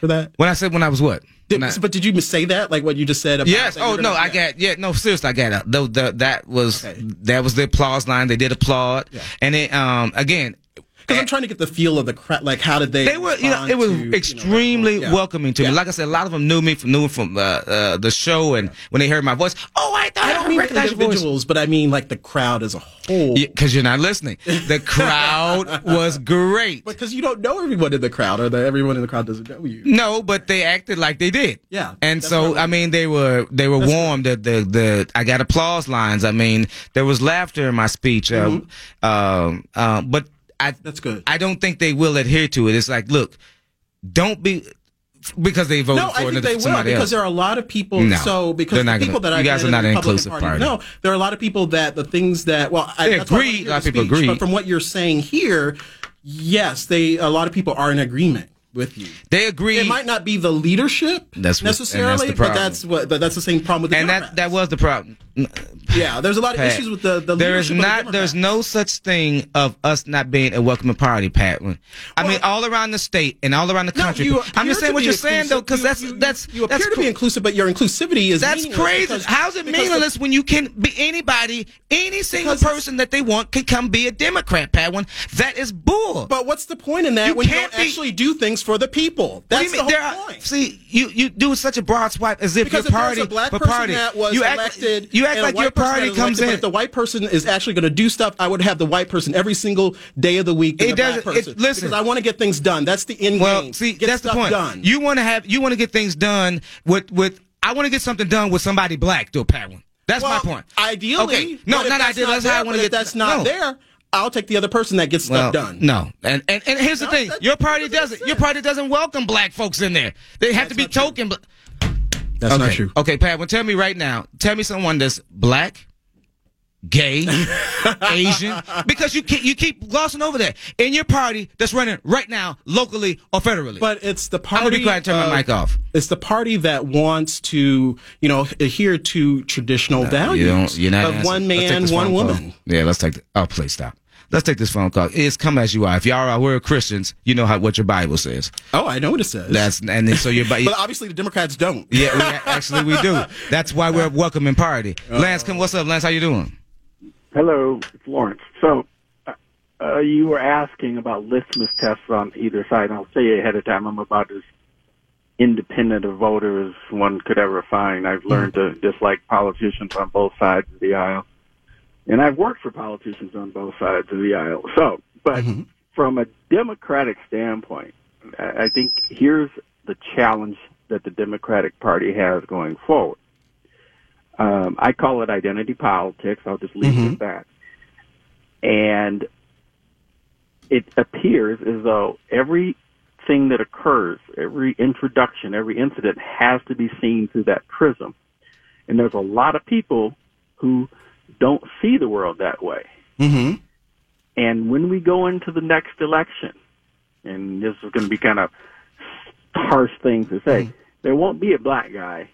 [SPEAKER 2] for that?
[SPEAKER 1] when I said when I was what?
[SPEAKER 2] Did,
[SPEAKER 1] Not-
[SPEAKER 2] but did you say that, like what you just said? About
[SPEAKER 1] Yes.
[SPEAKER 2] that
[SPEAKER 1] Oh
[SPEAKER 2] you're
[SPEAKER 1] no,
[SPEAKER 2] gonna-
[SPEAKER 1] I
[SPEAKER 2] yeah.
[SPEAKER 1] got yeah. No, seriously, I got it. Though the, that was
[SPEAKER 2] Okay.
[SPEAKER 1] that was the applause line. They did applaud, and it um again
[SPEAKER 2] Because I'm trying to get the feel of the crowd. Like, how did they?
[SPEAKER 1] they were you know
[SPEAKER 2] respond
[SPEAKER 1] it was
[SPEAKER 2] to, you know,
[SPEAKER 1] extremely
[SPEAKER 2] that whole- yeah.
[SPEAKER 1] welcoming to
[SPEAKER 2] Yeah.
[SPEAKER 1] me. Like I said, a lot of them knew me from knew from uh, uh, the show, and when they heard my voice, oh, I thought
[SPEAKER 2] I
[SPEAKER 1] I,
[SPEAKER 2] don't mean
[SPEAKER 1] recognized your voice.
[SPEAKER 2] individuals, but I mean like the crowd as a whole.
[SPEAKER 1] Because you're not listening. The crowd was great.
[SPEAKER 2] Because you don't know everyone in the crowd, or that everyone in the crowd doesn't know you.
[SPEAKER 1] No, but they acted like they did.
[SPEAKER 2] Yeah,
[SPEAKER 1] And
[SPEAKER 2] that's
[SPEAKER 1] so
[SPEAKER 2] what I-
[SPEAKER 1] I mean they were they were warm. The, the the I got applause lines. I mean there was laughter in my speech. Uh,
[SPEAKER 2] Mm-hmm.
[SPEAKER 1] um, uh, but I
[SPEAKER 2] That's good.
[SPEAKER 1] I don't think they will adhere to it. It's like look, don't be because they voted
[SPEAKER 2] No,
[SPEAKER 1] for
[SPEAKER 2] I think
[SPEAKER 1] another-
[SPEAKER 2] they will
[SPEAKER 1] somebody
[SPEAKER 2] because
[SPEAKER 1] else.
[SPEAKER 2] there are a lot of people.
[SPEAKER 1] No,
[SPEAKER 2] so because
[SPEAKER 1] they're
[SPEAKER 2] the
[SPEAKER 1] not
[SPEAKER 2] people
[SPEAKER 1] gonna-
[SPEAKER 2] that I
[SPEAKER 1] you guys
[SPEAKER 2] met
[SPEAKER 1] are
[SPEAKER 2] in
[SPEAKER 1] not
[SPEAKER 2] the
[SPEAKER 1] an
[SPEAKER 2] Republican
[SPEAKER 1] inclusive
[SPEAKER 2] Party,
[SPEAKER 1] party.
[SPEAKER 2] No, there are a lot of people that the things that well, I,
[SPEAKER 1] They
[SPEAKER 2] that's why I wanted
[SPEAKER 1] agree.
[SPEAKER 2] to
[SPEAKER 1] A lot of
[SPEAKER 2] hear the
[SPEAKER 1] people
[SPEAKER 2] speech,
[SPEAKER 1] agree.
[SPEAKER 2] But from what you're saying here, yes, they a lot of people are in agreement with you.
[SPEAKER 1] they agree.
[SPEAKER 2] It might not be the leadership
[SPEAKER 1] That's what- and that's the
[SPEAKER 2] necessarily, but
[SPEAKER 1] problem.
[SPEAKER 2] that's what but that's the same problem with the
[SPEAKER 1] and
[SPEAKER 2] Democrats.
[SPEAKER 1] that that was the problem.
[SPEAKER 2] yeah, there's a lot of
[SPEAKER 1] Pat.
[SPEAKER 2] issues with the the
[SPEAKER 1] there is
[SPEAKER 2] leadership of the
[SPEAKER 1] not there's
[SPEAKER 2] Democrats.
[SPEAKER 1] no such thing of us not being a welcoming party, Pat. I
[SPEAKER 2] Well-
[SPEAKER 1] mean, all around the state and all around the
[SPEAKER 2] No,
[SPEAKER 1] country. I'm
[SPEAKER 2] you appear
[SPEAKER 1] just saying
[SPEAKER 2] to
[SPEAKER 1] what
[SPEAKER 2] be
[SPEAKER 1] you're saying though,
[SPEAKER 2] inclusive.
[SPEAKER 1] because
[SPEAKER 2] You-
[SPEAKER 1] that's
[SPEAKER 2] you-
[SPEAKER 1] that's
[SPEAKER 2] you appear
[SPEAKER 1] that's
[SPEAKER 2] to be
[SPEAKER 1] cool.
[SPEAKER 2] inclusive, but your inclusivity is
[SPEAKER 1] That's
[SPEAKER 2] meaningless
[SPEAKER 1] crazy.
[SPEAKER 2] because-
[SPEAKER 1] How's it
[SPEAKER 2] because the-
[SPEAKER 1] meaningless when you can be anybody, any single
[SPEAKER 2] Because it's-
[SPEAKER 1] person that they want can come be a Democrat, Padwin? That is bull.
[SPEAKER 2] But what's the point in that
[SPEAKER 1] You
[SPEAKER 2] when you
[SPEAKER 1] can't
[SPEAKER 2] don't
[SPEAKER 1] be-
[SPEAKER 2] actually do things for the people?
[SPEAKER 1] What do
[SPEAKER 2] That's
[SPEAKER 1] you
[SPEAKER 2] the
[SPEAKER 1] mean?
[SPEAKER 2] whole
[SPEAKER 1] There are-
[SPEAKER 2] point.
[SPEAKER 1] see, you you do such a broad swipe as if
[SPEAKER 2] because
[SPEAKER 1] your
[SPEAKER 2] if
[SPEAKER 1] party
[SPEAKER 2] there's a black
[SPEAKER 1] for
[SPEAKER 2] person
[SPEAKER 1] party.
[SPEAKER 2] that was
[SPEAKER 1] you act,
[SPEAKER 2] elected,
[SPEAKER 1] you act
[SPEAKER 2] and a
[SPEAKER 1] like
[SPEAKER 2] white
[SPEAKER 1] your
[SPEAKER 2] person that
[SPEAKER 1] party
[SPEAKER 2] was
[SPEAKER 1] comes
[SPEAKER 2] elected, but
[SPEAKER 1] in.
[SPEAKER 2] If the white person is actually going to do stuff, I would have the white person every single day of the week. than
[SPEAKER 1] It
[SPEAKER 2] the black
[SPEAKER 1] doesn't- it-
[SPEAKER 2] person,
[SPEAKER 1] listen.
[SPEAKER 2] because I want to get things done. That's the end
[SPEAKER 1] Well,
[SPEAKER 2] game.
[SPEAKER 1] see,
[SPEAKER 2] Get
[SPEAKER 1] that's the
[SPEAKER 2] stuff
[SPEAKER 1] point.
[SPEAKER 2] Done.
[SPEAKER 1] You want to have, you want to get things done with with. I want to get something done with somebody black, though, Patwin. That's
[SPEAKER 2] well,
[SPEAKER 1] my point.
[SPEAKER 2] Ideally,
[SPEAKER 1] okay. no,
[SPEAKER 2] but if
[SPEAKER 1] not
[SPEAKER 2] that's
[SPEAKER 1] ideally.
[SPEAKER 2] not
[SPEAKER 1] That's
[SPEAKER 2] there,
[SPEAKER 1] how I want to
[SPEAKER 2] but If
[SPEAKER 1] get.
[SPEAKER 2] that's not
[SPEAKER 1] no.
[SPEAKER 2] there, I'll take the other person that gets
[SPEAKER 1] Well,
[SPEAKER 2] stuff done.
[SPEAKER 1] No, and and, and here's the
[SPEAKER 2] No,
[SPEAKER 1] thing:
[SPEAKER 2] that-
[SPEAKER 1] your party
[SPEAKER 2] that doesn't
[SPEAKER 1] doesn't.
[SPEAKER 2] make
[SPEAKER 1] Your
[SPEAKER 2] sense.
[SPEAKER 1] party doesn't welcome black folks in there. They have to be token. Bla-
[SPEAKER 2] that's
[SPEAKER 1] okay. Okay, Pat. Well, tell me right now. Tell me someone that's black, gay, Asian, because you keep, you keep glossing over that in your party that's running right now, locally or federally.
[SPEAKER 2] But it's the
[SPEAKER 1] I'm
[SPEAKER 2] party.
[SPEAKER 1] gonna be quiet and turn my
[SPEAKER 2] of-
[SPEAKER 1] mic off.
[SPEAKER 2] It's the party that wants to, you know, adhere to traditional values
[SPEAKER 1] You don't, you're not
[SPEAKER 2] Oh, of
[SPEAKER 1] answering.
[SPEAKER 2] one
[SPEAKER 1] Let's take
[SPEAKER 2] man,
[SPEAKER 1] this
[SPEAKER 2] one
[SPEAKER 1] phone call.
[SPEAKER 2] woman.
[SPEAKER 1] Yeah, let's take. The, oh, please stop. Let's take this phone call. It's come as you are. If y'all are we're Christians, you know how what your Bible says.
[SPEAKER 2] Oh, I know what it says.
[SPEAKER 1] That's and then, so your Bible.
[SPEAKER 2] but obviously the Democrats don't.
[SPEAKER 1] yeah, we, actually we do. That's why we're a welcoming party. Lance, come. What's up, Lance? How you doing?
[SPEAKER 4] Hello, it's Lawrence. So, uh, uh, you were asking about litmus tests on either side. And I'll say ahead of time, I'm about as independent a voter as one could ever find. I've learned to dislike politicians on both sides of the aisle, and I've worked for politicians on both sides of the aisle. So, but from a Democratic standpoint, I I think here's the challenge that the Democratic Party has going forward. Um, I call it identity politics. I'll just leave it at that. And it appears as though every
[SPEAKER 5] thing that occurs, every introduction, every incident has to be seen through that prism. And there's a lot of people who don't see the world that way.
[SPEAKER 2] Mm-hmm.
[SPEAKER 5] And when we go into the next election, and this is going to be kind of harsh thing to say, there won't be a black guy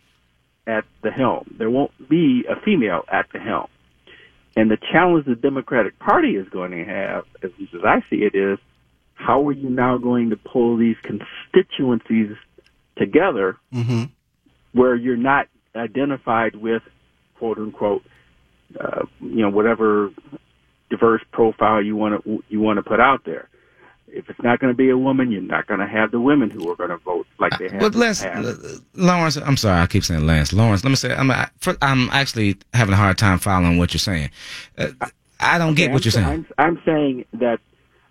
[SPEAKER 5] at the helm. There won't be a female at the helm. And the challenge the Democratic Party is going to have, at least as I see it, is how are you now going to pull these constituencies together
[SPEAKER 2] Mm-hmm.
[SPEAKER 5] where you're not identified with quote unquote uh, you know whatever diverse profile you want to you want to put out there if it's not going to be a woman you're not going to have the women who are going to vote like they have in
[SPEAKER 1] But
[SPEAKER 5] the
[SPEAKER 1] Lance,
[SPEAKER 5] past.
[SPEAKER 1] L- Lawrence, I'm sorry, I keep saying Lance. Lawrence, let me say, I'm, I, fir- I'm actually having a hard time following what you're saying. Uh, I don't get
[SPEAKER 5] I'm
[SPEAKER 1] what you're
[SPEAKER 5] sa-
[SPEAKER 1] saying.
[SPEAKER 5] I'm, I'm saying that.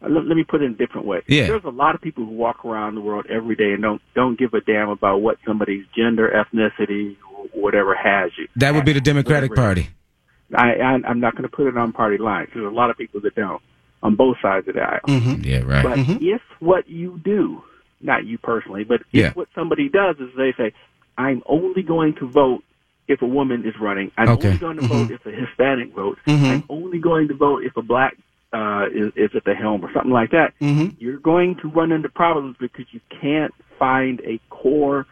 [SPEAKER 5] uh, Let, let me put it in a different way.
[SPEAKER 1] Yeah.
[SPEAKER 5] There's a lot of people who walk around the world every day and don't don't give a damn about what somebody's gender, ethnicity, wh- whatever has you.
[SPEAKER 1] That would be the Democratic
[SPEAKER 5] Whatever it
[SPEAKER 1] Party.
[SPEAKER 5] I, I I'm not going to put it on party lines. There's a lot of people that don't on both sides of the aisle.
[SPEAKER 1] Mm-hmm. Yeah, right.
[SPEAKER 5] Mm-hmm. But if what you do, not you personally, but if
[SPEAKER 1] Yeah.
[SPEAKER 5] what somebody does is they say, "I'm only going to vote if a woman is running. I'm
[SPEAKER 1] Okay.
[SPEAKER 5] only going to vote if a Hispanic votes. I'm only going to vote if a black uh, is, is at the helm or something like that." You're going to run into problems because you can't find a core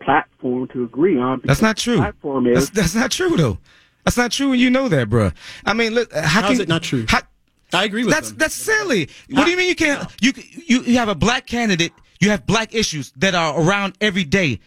[SPEAKER 5] platform to agree on. because
[SPEAKER 1] That's not
[SPEAKER 5] the
[SPEAKER 1] true.
[SPEAKER 5] Platform is
[SPEAKER 1] That's, that's not true, though. That's not true, and you know that, bruh. I mean, look, uh, how
[SPEAKER 2] How
[SPEAKER 1] can
[SPEAKER 2] is it not true?
[SPEAKER 1] How,
[SPEAKER 2] I agree with
[SPEAKER 1] that's
[SPEAKER 2] them.
[SPEAKER 1] that's silly. What do you mean you can't? You you you have a black candidate. You have black issues that are around every day.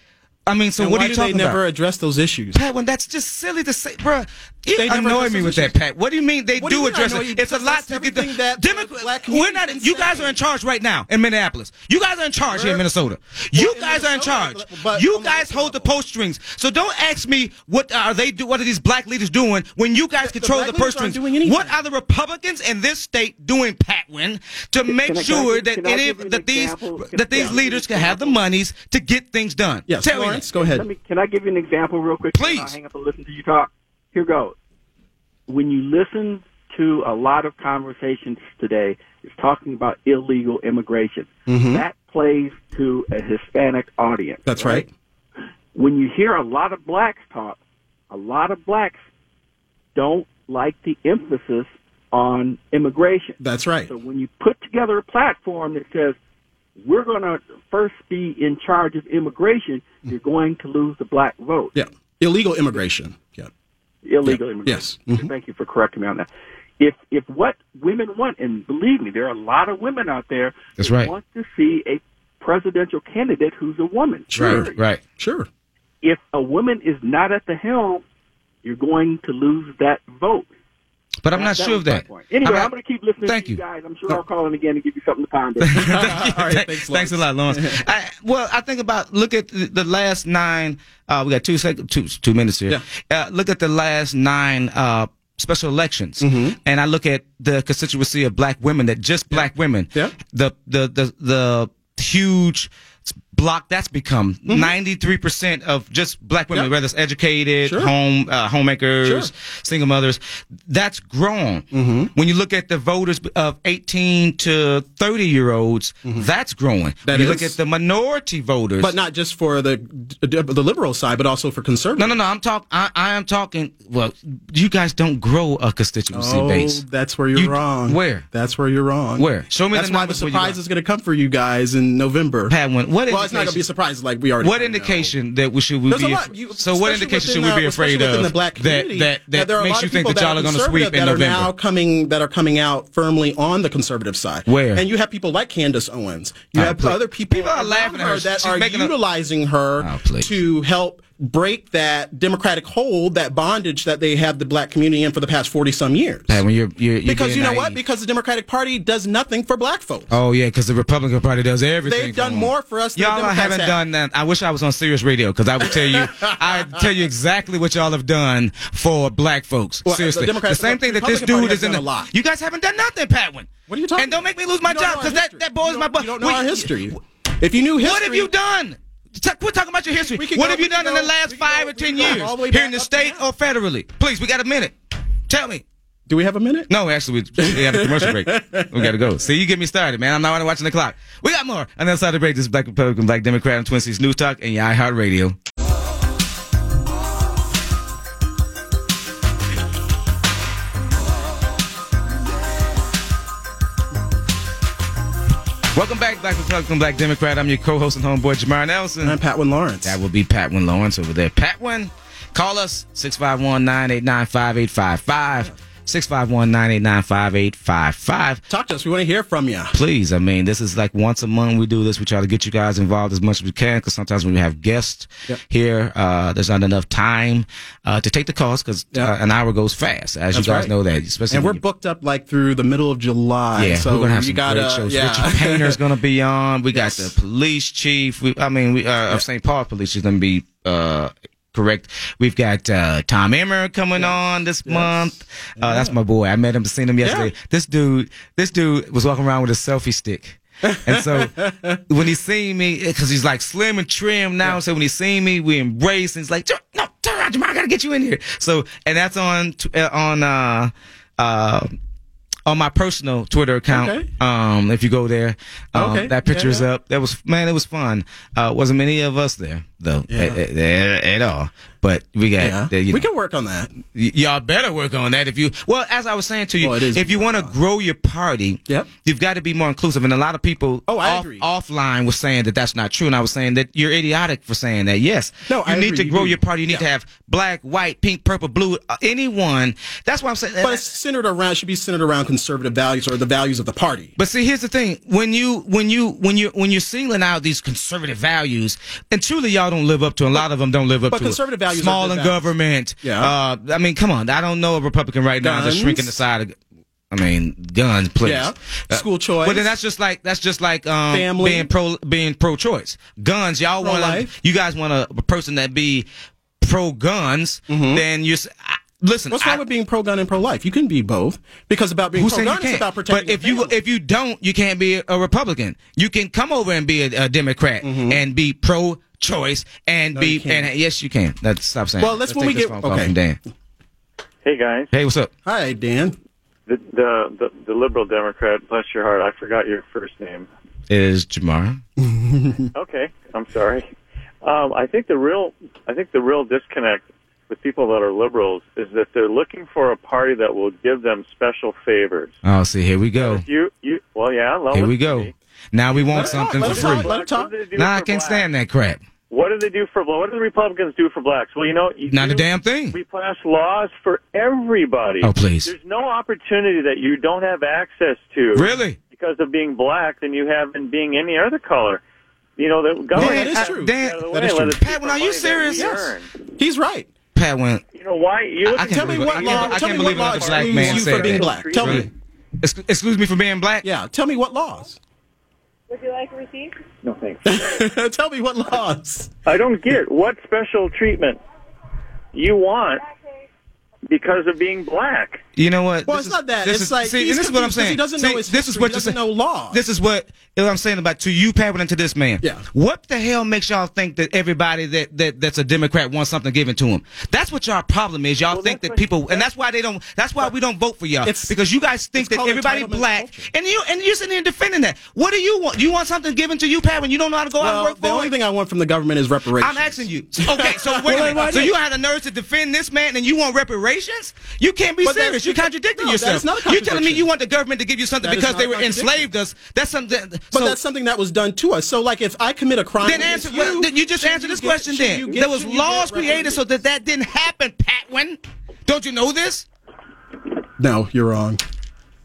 [SPEAKER 1] I mean, so
[SPEAKER 2] And
[SPEAKER 1] what
[SPEAKER 2] why
[SPEAKER 1] are you
[SPEAKER 2] do they
[SPEAKER 1] talking
[SPEAKER 2] never
[SPEAKER 1] about?
[SPEAKER 2] address those issues?
[SPEAKER 1] Pat, when that's just silly to say, bruh. You
[SPEAKER 2] They never
[SPEAKER 1] annoy
[SPEAKER 2] address
[SPEAKER 1] me
[SPEAKER 2] those
[SPEAKER 1] with that,
[SPEAKER 2] issues.
[SPEAKER 1] Pat. What do you mean they
[SPEAKER 2] What do
[SPEAKER 1] do,
[SPEAKER 2] you mean I
[SPEAKER 1] address
[SPEAKER 2] annoy you?
[SPEAKER 1] it? It's a
[SPEAKER 2] Because
[SPEAKER 1] lot
[SPEAKER 2] that's
[SPEAKER 1] to get the
[SPEAKER 2] everything that the black
[SPEAKER 1] Democrat. We're
[SPEAKER 2] community's
[SPEAKER 1] not.
[SPEAKER 2] been
[SPEAKER 1] You guys
[SPEAKER 2] saying.
[SPEAKER 1] are in charge right now in Minneapolis. You guys are in charge here in Minnesota. You
[SPEAKER 2] in
[SPEAKER 1] guys are in charge.
[SPEAKER 2] Minnesota, but
[SPEAKER 1] you
[SPEAKER 2] on the
[SPEAKER 1] guys
[SPEAKER 2] local
[SPEAKER 1] hold the
[SPEAKER 2] level.
[SPEAKER 1] post strings. So don't ask me what are they do. What are these black leaders doing when you guys
[SPEAKER 2] The- the
[SPEAKER 1] control the,
[SPEAKER 2] black
[SPEAKER 1] purse
[SPEAKER 2] leaders aren't
[SPEAKER 1] strings?
[SPEAKER 2] doing anything.
[SPEAKER 1] What are the Republicans in this state doing, Patwin, to make
[SPEAKER 5] can I-
[SPEAKER 1] sure
[SPEAKER 5] can I
[SPEAKER 1] that
[SPEAKER 5] give
[SPEAKER 1] any
[SPEAKER 5] you
[SPEAKER 1] of-
[SPEAKER 5] an
[SPEAKER 1] that these
[SPEAKER 5] example? Can-
[SPEAKER 1] that
[SPEAKER 5] can I
[SPEAKER 1] these
[SPEAKER 5] give you an
[SPEAKER 1] leaders can have the
[SPEAKER 5] example?
[SPEAKER 1] monies to get things done?
[SPEAKER 2] Yes,
[SPEAKER 1] Tell me
[SPEAKER 2] Lawrence,
[SPEAKER 1] that.
[SPEAKER 2] go ahead.
[SPEAKER 5] Let me, can I give you an example real quick?
[SPEAKER 1] Please.
[SPEAKER 5] I'll hang up and listen to you talk. Here goes. When you listen to a lot of conversations today, it's talking about illegal immigration. That plays to a Hispanic audience.
[SPEAKER 2] Mm-hmm. That's right.
[SPEAKER 5] When you hear a lot of blacks talk, a lot of blacks don't like the emphasis on immigration.
[SPEAKER 2] That's right.
[SPEAKER 5] So when you put together a platform that says we're going to first be in charge of immigration, you're going to lose the black vote.
[SPEAKER 2] Yeah. Illegal immigration. Yeah.
[SPEAKER 5] Illegal
[SPEAKER 2] Yeah.
[SPEAKER 5] immigration.
[SPEAKER 2] Yes.
[SPEAKER 1] Mm-hmm.
[SPEAKER 2] Mhm.
[SPEAKER 5] Thank you for correcting me on that. If if what women want, and believe me, there are a lot of women out there
[SPEAKER 1] That's
[SPEAKER 5] who
[SPEAKER 1] right.
[SPEAKER 5] want to see a presidential candidate who's a woman.
[SPEAKER 2] Sure.
[SPEAKER 1] Right, right.
[SPEAKER 2] Sure.
[SPEAKER 5] If a woman is not at the helm, you're going to lose that vote.
[SPEAKER 1] But I'm not
[SPEAKER 5] That
[SPEAKER 1] sure
[SPEAKER 5] was
[SPEAKER 1] of
[SPEAKER 5] my
[SPEAKER 1] that.
[SPEAKER 5] point. Anyway,
[SPEAKER 1] not-
[SPEAKER 5] I'm going to keep listening
[SPEAKER 1] Thank
[SPEAKER 5] to you,
[SPEAKER 1] you. Oh.
[SPEAKER 5] guys. I'm sure I'll call in again and give you something to ponder.
[SPEAKER 1] Thank you.
[SPEAKER 2] All right,
[SPEAKER 1] Thank-
[SPEAKER 2] thanks,
[SPEAKER 1] thanks,
[SPEAKER 2] Lawrence.
[SPEAKER 1] a lot, Lawrence. I, well, I think about look at the, the last nine. Uh, we got two sec- two two minutes here. Uh, look at the last nine uh, special elections,
[SPEAKER 5] Mm-hmm.
[SPEAKER 1] and I look at the constituency of black women that just black women.
[SPEAKER 2] Yeah.
[SPEAKER 1] The the the the huge block that's become
[SPEAKER 2] Mm-hmm.
[SPEAKER 1] 93% of just black women
[SPEAKER 2] Yeah.
[SPEAKER 1] whether it's educated
[SPEAKER 2] Sure.
[SPEAKER 1] home uh, homemakers
[SPEAKER 2] Sure. Mm-hmm.
[SPEAKER 1] single mothers that's grown when you look at the voters of 18 to 30 year olds that's growing
[SPEAKER 2] Mm-hmm. That
[SPEAKER 1] when you
[SPEAKER 2] is.
[SPEAKER 1] look at the minority voters
[SPEAKER 2] But not just for the the liberal side, but also for
[SPEAKER 1] no
[SPEAKER 2] conservatives.
[SPEAKER 1] no no i'm talking i am talking well you guys don't grow a constituency
[SPEAKER 2] Oh,
[SPEAKER 1] base
[SPEAKER 2] that's where you're
[SPEAKER 1] You-
[SPEAKER 2] wrong.
[SPEAKER 1] where?
[SPEAKER 2] That's where you're wrong.
[SPEAKER 1] Where? Show me
[SPEAKER 2] That's
[SPEAKER 1] the
[SPEAKER 2] why the
[SPEAKER 1] numbers where you
[SPEAKER 2] surprise
[SPEAKER 1] got.
[SPEAKER 2] is going to come for you guys in November.
[SPEAKER 1] Pat, when- what
[SPEAKER 2] well, it's not going to
[SPEAKER 1] indication-
[SPEAKER 2] be a surprise. Like we already.
[SPEAKER 1] What
[SPEAKER 2] know.
[SPEAKER 1] indication that we should we
[SPEAKER 2] There's a
[SPEAKER 1] be?
[SPEAKER 2] lot. You-
[SPEAKER 1] so what
[SPEAKER 2] especially
[SPEAKER 1] indication should
[SPEAKER 2] within,
[SPEAKER 1] we be
[SPEAKER 2] uh,
[SPEAKER 1] afraid
[SPEAKER 2] especially
[SPEAKER 1] of
[SPEAKER 2] within the black
[SPEAKER 1] that
[SPEAKER 2] community,
[SPEAKER 1] that that,
[SPEAKER 2] there are a
[SPEAKER 1] makes
[SPEAKER 2] lot
[SPEAKER 1] you
[SPEAKER 2] of
[SPEAKER 1] think
[SPEAKER 2] people
[SPEAKER 1] that y'all are
[SPEAKER 2] are
[SPEAKER 1] going to sweep
[SPEAKER 2] conservative
[SPEAKER 1] in
[SPEAKER 2] that are
[SPEAKER 1] November?
[SPEAKER 2] now coming that are coming out firmly on the conservative side.
[SPEAKER 1] Where?
[SPEAKER 2] and you have people like Candace Owens. You
[SPEAKER 1] Oh,
[SPEAKER 2] have
[SPEAKER 1] please.
[SPEAKER 2] other people,
[SPEAKER 1] People are
[SPEAKER 2] around
[SPEAKER 1] laughing at her.
[SPEAKER 2] that
[SPEAKER 1] She's
[SPEAKER 2] are
[SPEAKER 1] making a-
[SPEAKER 2] utilizing her
[SPEAKER 1] Oh, please.
[SPEAKER 2] to help break that democratic hold, that bondage that they have the black community in for the past forty some years.
[SPEAKER 1] Pat, when you're, you're, you're
[SPEAKER 2] because
[SPEAKER 1] being
[SPEAKER 2] you know
[SPEAKER 1] naive.
[SPEAKER 2] what? Because the Democratic Party does nothing for black folks.
[SPEAKER 1] Oh yeah, because the Republican Party does everything.
[SPEAKER 2] They've done
[SPEAKER 1] for 'em.
[SPEAKER 2] more for us than the
[SPEAKER 1] Y'all
[SPEAKER 2] Democrats
[SPEAKER 1] haven't
[SPEAKER 2] have.
[SPEAKER 1] done that. I wish I was on Sirius Radio because I would tell you, I tell you exactly what y'all have done for black folks.
[SPEAKER 2] Well, the
[SPEAKER 1] Seriously,
[SPEAKER 2] Democrats-
[SPEAKER 1] same thing that this
[SPEAKER 2] Republican Party
[SPEAKER 1] dude
[SPEAKER 2] has
[SPEAKER 1] is in.
[SPEAKER 2] done
[SPEAKER 1] The,
[SPEAKER 2] a lot.
[SPEAKER 1] You guys haven't done nothing, Patwin.
[SPEAKER 2] What are you talking?
[SPEAKER 1] And don't make me
[SPEAKER 2] about?
[SPEAKER 1] lose my
[SPEAKER 2] You don't know
[SPEAKER 1] job
[SPEAKER 2] our
[SPEAKER 1] because that
[SPEAKER 2] history.
[SPEAKER 1] that boy
[SPEAKER 2] You
[SPEAKER 1] is
[SPEAKER 2] don't-
[SPEAKER 1] my boy.
[SPEAKER 2] You don't know
[SPEAKER 1] We-
[SPEAKER 2] our history. If you knew history,
[SPEAKER 1] What have you done? T- We're talking about your history.
[SPEAKER 2] We could
[SPEAKER 1] What
[SPEAKER 2] go-
[SPEAKER 1] have you
[SPEAKER 2] we could
[SPEAKER 1] done in
[SPEAKER 2] go-
[SPEAKER 1] the
[SPEAKER 2] we
[SPEAKER 1] last
[SPEAKER 2] could go-
[SPEAKER 1] five or
[SPEAKER 2] we
[SPEAKER 1] ten
[SPEAKER 2] could go
[SPEAKER 1] years
[SPEAKER 2] all the way
[SPEAKER 1] here in
[SPEAKER 2] back
[SPEAKER 1] the
[SPEAKER 2] up to
[SPEAKER 1] state
[SPEAKER 2] now.
[SPEAKER 1] or federally? Please, we got a minute. Tell me.
[SPEAKER 2] Do we have a minute?
[SPEAKER 1] No, actually, we, we have a commercial break. We got to go. See, you get me started, man. I'm not watching the clock. We got more. On the other side of the break, this is Black Republican, Black Democrat, and Twin Cities News Talk, and your iHeartRadio. Welcome back, Black Republican, Black Democrat. I'm your co-host and homeboy, Jamar Nelson.
[SPEAKER 2] And I'm Patwin Lawrence.
[SPEAKER 1] That will be Patwin Lawrence over there. Patwin, call us 651 989 5855. 651 989 5855.
[SPEAKER 2] Talk to us. We want to hear from you.
[SPEAKER 1] Please, I mean, this is like once a month we do this. We try to get you guys involved as much as we can because sometimes when we have guests here, uh, there's not enough time uh, to take the calls because
[SPEAKER 2] Yeah.
[SPEAKER 1] uh, an hour goes fast, as
[SPEAKER 2] That's
[SPEAKER 1] you guys
[SPEAKER 2] right.
[SPEAKER 1] know that. Especially
[SPEAKER 2] And we're
[SPEAKER 1] when you-
[SPEAKER 2] booked up like through the middle of July.
[SPEAKER 1] yeah,
[SPEAKER 2] so
[SPEAKER 1] we're gonna have
[SPEAKER 2] you
[SPEAKER 1] some
[SPEAKER 2] gotta,
[SPEAKER 1] great shows.
[SPEAKER 2] Yeah.
[SPEAKER 1] Richard Painter's gonna be on. We
[SPEAKER 2] Yes.
[SPEAKER 1] got the police chief. We, I mean, we uh, of St. Paul police is gonna be uh, correct. We've got uh, Tom Emmer coming on this month. Uh, That's my boy. I met him, seen him yesterday. This dude, this dude was walking around with a selfie stick. and so when he seen me, because he's like slim and trim now, so when he seen me, we embraced. And he's like, "Jer- "No, turn around, Jamar, I gotta get you in here." So, and that's on t- uh, on uh, uh, on my personal Twitter account.
[SPEAKER 2] Okay.
[SPEAKER 1] Um, if you go there, um,
[SPEAKER 2] Okay.
[SPEAKER 1] that picture
[SPEAKER 2] Yeah,
[SPEAKER 1] is
[SPEAKER 2] yeah.
[SPEAKER 1] up. That was man, it was fun. Uh, wasn't many of us there though at, at- at- at all, but we got
[SPEAKER 2] Yeah.
[SPEAKER 1] the- you
[SPEAKER 2] we
[SPEAKER 1] know,
[SPEAKER 2] can work on that.
[SPEAKER 1] y- y'all better work on that. If you well, as I was saying to you,
[SPEAKER 2] Well, Oh, it is
[SPEAKER 1] if you want to grow your party,
[SPEAKER 2] Yep.
[SPEAKER 1] you've got to be more inclusive. And a lot of people,
[SPEAKER 2] Oh, I
[SPEAKER 1] off-
[SPEAKER 2] agree.
[SPEAKER 1] offline was saying that that's not true, and I was saying that you're idiotic for saying that. Yes,
[SPEAKER 2] No,
[SPEAKER 1] you
[SPEAKER 2] I
[SPEAKER 1] need
[SPEAKER 2] agree.
[SPEAKER 1] to
[SPEAKER 2] You
[SPEAKER 1] grow
[SPEAKER 2] do.
[SPEAKER 1] your party. You need
[SPEAKER 2] Yeah.
[SPEAKER 1] to have black, white, pink, purple, blue, uh, anyone. That's why I'm saying. uh,
[SPEAKER 2] But it's centered around should be centered around conservative values or the values of the party.
[SPEAKER 1] But see, here's the thing: when you when you when you when you're singling out these conservative values, and truly y'all don't live up to a lot of them. Don't live up
[SPEAKER 2] But
[SPEAKER 1] to
[SPEAKER 2] conservative values are
[SPEAKER 1] Small
[SPEAKER 2] good
[SPEAKER 1] in
[SPEAKER 2] values.
[SPEAKER 1] government.
[SPEAKER 2] Yeah.
[SPEAKER 1] Uh, I mean, come on. I don't know a Republican right now that's
[SPEAKER 2] Guns.
[SPEAKER 1] shrinking the side of. I mean, guns, please.
[SPEAKER 2] Yeah.
[SPEAKER 1] Uh,
[SPEAKER 2] School choice.
[SPEAKER 1] But then that's just like that's just like um,
[SPEAKER 2] Family.
[SPEAKER 1] being pro being pro choice. Guns, y'all want
[SPEAKER 2] Pro-life.
[SPEAKER 1] you guys want a, person that be pro guns. Then you s- I- listen.
[SPEAKER 2] Mm-hmm. What's wrong
[SPEAKER 1] I-
[SPEAKER 2] with being pro gun and pro life? You can be both because about being
[SPEAKER 1] who
[SPEAKER 2] pro
[SPEAKER 1] said you
[SPEAKER 2] gun is
[SPEAKER 1] can't?
[SPEAKER 2] about protecting.
[SPEAKER 1] But if
[SPEAKER 2] your
[SPEAKER 1] you
[SPEAKER 2] family.
[SPEAKER 1] if you don't, you can't be a Republican. You can come over and be a, a Democrat
[SPEAKER 2] Mm-hmm.
[SPEAKER 1] and be pro choice and be and yes, you can. That's stop saying.
[SPEAKER 2] Well,
[SPEAKER 1] that.
[SPEAKER 2] let's- when
[SPEAKER 1] take
[SPEAKER 2] we
[SPEAKER 1] this
[SPEAKER 2] get-
[SPEAKER 1] phone call
[SPEAKER 2] okay.
[SPEAKER 1] from Dan.
[SPEAKER 6] Hey guys,
[SPEAKER 1] Hey, what's up?
[SPEAKER 2] hi Dan,
[SPEAKER 6] the the the, the liberal Democrat. Bless your heart. I forgot your first name.
[SPEAKER 1] Is Jamar?
[SPEAKER 6] Okay, I'm sorry. Um, I think the real I think the real disconnect with people that are liberals is that they're looking for a party that will give them special favors.
[SPEAKER 1] Oh, see, here we go.
[SPEAKER 6] You you well yeah. Well,
[SPEAKER 1] Here
[SPEAKER 6] let's
[SPEAKER 1] we go.
[SPEAKER 6] see.
[SPEAKER 1] Now we want
[SPEAKER 2] Let's talk,
[SPEAKER 1] something for
[SPEAKER 2] let's talk,
[SPEAKER 1] free.
[SPEAKER 2] let's talk.
[SPEAKER 6] What do they do
[SPEAKER 1] Nah, I
[SPEAKER 6] for
[SPEAKER 1] can't
[SPEAKER 6] blacks?
[SPEAKER 1] stand that crap.
[SPEAKER 6] What do they do for what do the Republicans do for blacks? Well, you know, you
[SPEAKER 1] Not
[SPEAKER 6] do-
[SPEAKER 1] a damn thing.
[SPEAKER 6] We pass laws for everybody.
[SPEAKER 1] Oh, please.
[SPEAKER 6] There's no opportunity that you don't have access to
[SPEAKER 1] Really?
[SPEAKER 6] because of being black than you have in being any other color. You know, the government
[SPEAKER 2] that is
[SPEAKER 6] has
[SPEAKER 2] true.
[SPEAKER 6] to
[SPEAKER 1] Dan-
[SPEAKER 6] get out of the
[SPEAKER 2] that
[SPEAKER 6] way
[SPEAKER 2] is
[SPEAKER 6] and let
[SPEAKER 2] true.
[SPEAKER 6] us keep
[SPEAKER 1] Pat,
[SPEAKER 6] our
[SPEAKER 1] when are you
[SPEAKER 6] money that
[SPEAKER 1] serious?
[SPEAKER 6] we
[SPEAKER 1] Yes.
[SPEAKER 6] earn.
[SPEAKER 2] he's right.
[SPEAKER 1] Pat went.
[SPEAKER 6] You know why? You look
[SPEAKER 1] I
[SPEAKER 6] at-
[SPEAKER 1] can't
[SPEAKER 2] Tell me
[SPEAKER 1] believe-
[SPEAKER 2] what
[SPEAKER 1] I can't-
[SPEAKER 2] law.
[SPEAKER 1] I
[SPEAKER 2] tell
[SPEAKER 1] can't
[SPEAKER 2] me
[SPEAKER 1] believe
[SPEAKER 2] what law
[SPEAKER 1] another black
[SPEAKER 2] excludes
[SPEAKER 1] man
[SPEAKER 2] you
[SPEAKER 1] said
[SPEAKER 2] for being
[SPEAKER 1] that.
[SPEAKER 2] black. Tell
[SPEAKER 1] Really?
[SPEAKER 2] me.
[SPEAKER 1] Ex- Excuse me for being black.
[SPEAKER 2] Yeah, tell me what laws.
[SPEAKER 7] Would you like a receipt?
[SPEAKER 6] No thanks.
[SPEAKER 2] tell me what laws.
[SPEAKER 6] I don't get what special treatment you want because of being black.
[SPEAKER 1] You know what?
[SPEAKER 2] Well,
[SPEAKER 1] This
[SPEAKER 2] it's not that.
[SPEAKER 1] this
[SPEAKER 2] It's like,
[SPEAKER 1] see,
[SPEAKER 2] he's
[SPEAKER 1] and this is what I'm
[SPEAKER 2] confused 'cause
[SPEAKER 1] saying.
[SPEAKER 2] he doesn't
[SPEAKER 1] See,
[SPEAKER 2] know his
[SPEAKER 1] this is
[SPEAKER 2] history.
[SPEAKER 1] what
[SPEAKER 2] He
[SPEAKER 1] you're
[SPEAKER 2] doesn't
[SPEAKER 1] saying.
[SPEAKER 2] know law.
[SPEAKER 1] This is what you know what I'm saying about to you, Pat, and to this man.
[SPEAKER 2] Yeah.
[SPEAKER 1] What the hell makes y'all think that everybody that, that that's a Democrat wants something given to them? That's what y'all problem is. Y'all think
[SPEAKER 6] that's
[SPEAKER 1] that
[SPEAKER 6] what-
[SPEAKER 1] people, and that's why they don't. That's why we don't vote for y'all
[SPEAKER 2] It's-
[SPEAKER 1] because you guys think
[SPEAKER 2] it's
[SPEAKER 1] that
[SPEAKER 2] called
[SPEAKER 1] everybody
[SPEAKER 2] entitlement
[SPEAKER 1] black,
[SPEAKER 2] culture.
[SPEAKER 1] and you and you sitting here defending that. What do you want? You want something given to you, Pat, when you don't know how to go out and
[SPEAKER 2] Well,
[SPEAKER 1] work
[SPEAKER 2] the
[SPEAKER 1] for
[SPEAKER 2] only
[SPEAKER 1] it?
[SPEAKER 2] thing I want from the government is reparations.
[SPEAKER 1] I'm asking you. Okay, so wait
[SPEAKER 2] Well,
[SPEAKER 1] a
[SPEAKER 2] then why
[SPEAKER 1] minute. So
[SPEAKER 2] did-
[SPEAKER 1] you had the nerve to defend this man and you want reparations? You can't be
[SPEAKER 2] But that's
[SPEAKER 1] serious. You're
[SPEAKER 2] because-
[SPEAKER 1] contradicting
[SPEAKER 2] no, that
[SPEAKER 1] yourself.
[SPEAKER 2] is not a
[SPEAKER 1] You're telling me
[SPEAKER 2] contradiction.
[SPEAKER 1] you want the government to give you something
[SPEAKER 2] That is
[SPEAKER 1] because
[SPEAKER 2] not
[SPEAKER 1] they
[SPEAKER 2] a
[SPEAKER 1] were
[SPEAKER 2] contradiction.
[SPEAKER 1] enslaved us. That's something.
[SPEAKER 2] But
[SPEAKER 1] so
[SPEAKER 2] that's something that was done to us. So, like, if I commit a crime,
[SPEAKER 1] then
[SPEAKER 2] against
[SPEAKER 1] answer. well, then you just
[SPEAKER 2] should
[SPEAKER 1] answer
[SPEAKER 2] you
[SPEAKER 1] this
[SPEAKER 2] get-
[SPEAKER 1] question.
[SPEAKER 2] should you
[SPEAKER 1] Then
[SPEAKER 2] get-
[SPEAKER 1] there was
[SPEAKER 2] should you
[SPEAKER 1] laws
[SPEAKER 2] get
[SPEAKER 1] created so that that didn't happen, Patwin. Don't you know this?
[SPEAKER 2] reparations? No, you're wrong.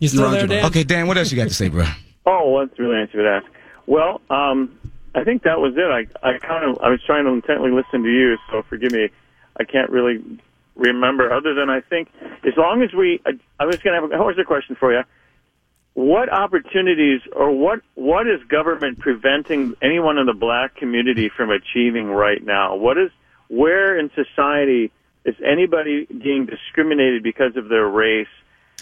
[SPEAKER 3] You still
[SPEAKER 2] Ron
[SPEAKER 3] there,
[SPEAKER 2] Jamar.
[SPEAKER 3] Dan?
[SPEAKER 1] Okay, Dan. What else you got to say, bro?
[SPEAKER 6] Oh, well, that's really answer that. Well, um, I think that was it. I, I kind of, I was trying to intently listen to you, so forgive me. I can't really remember other than I think as long as we, I, I was going to have a, here's a question for you. What opportunities or what, what is government preventing anyone in the black community from achieving right now? What is, where in society is anybody being discriminated because of their race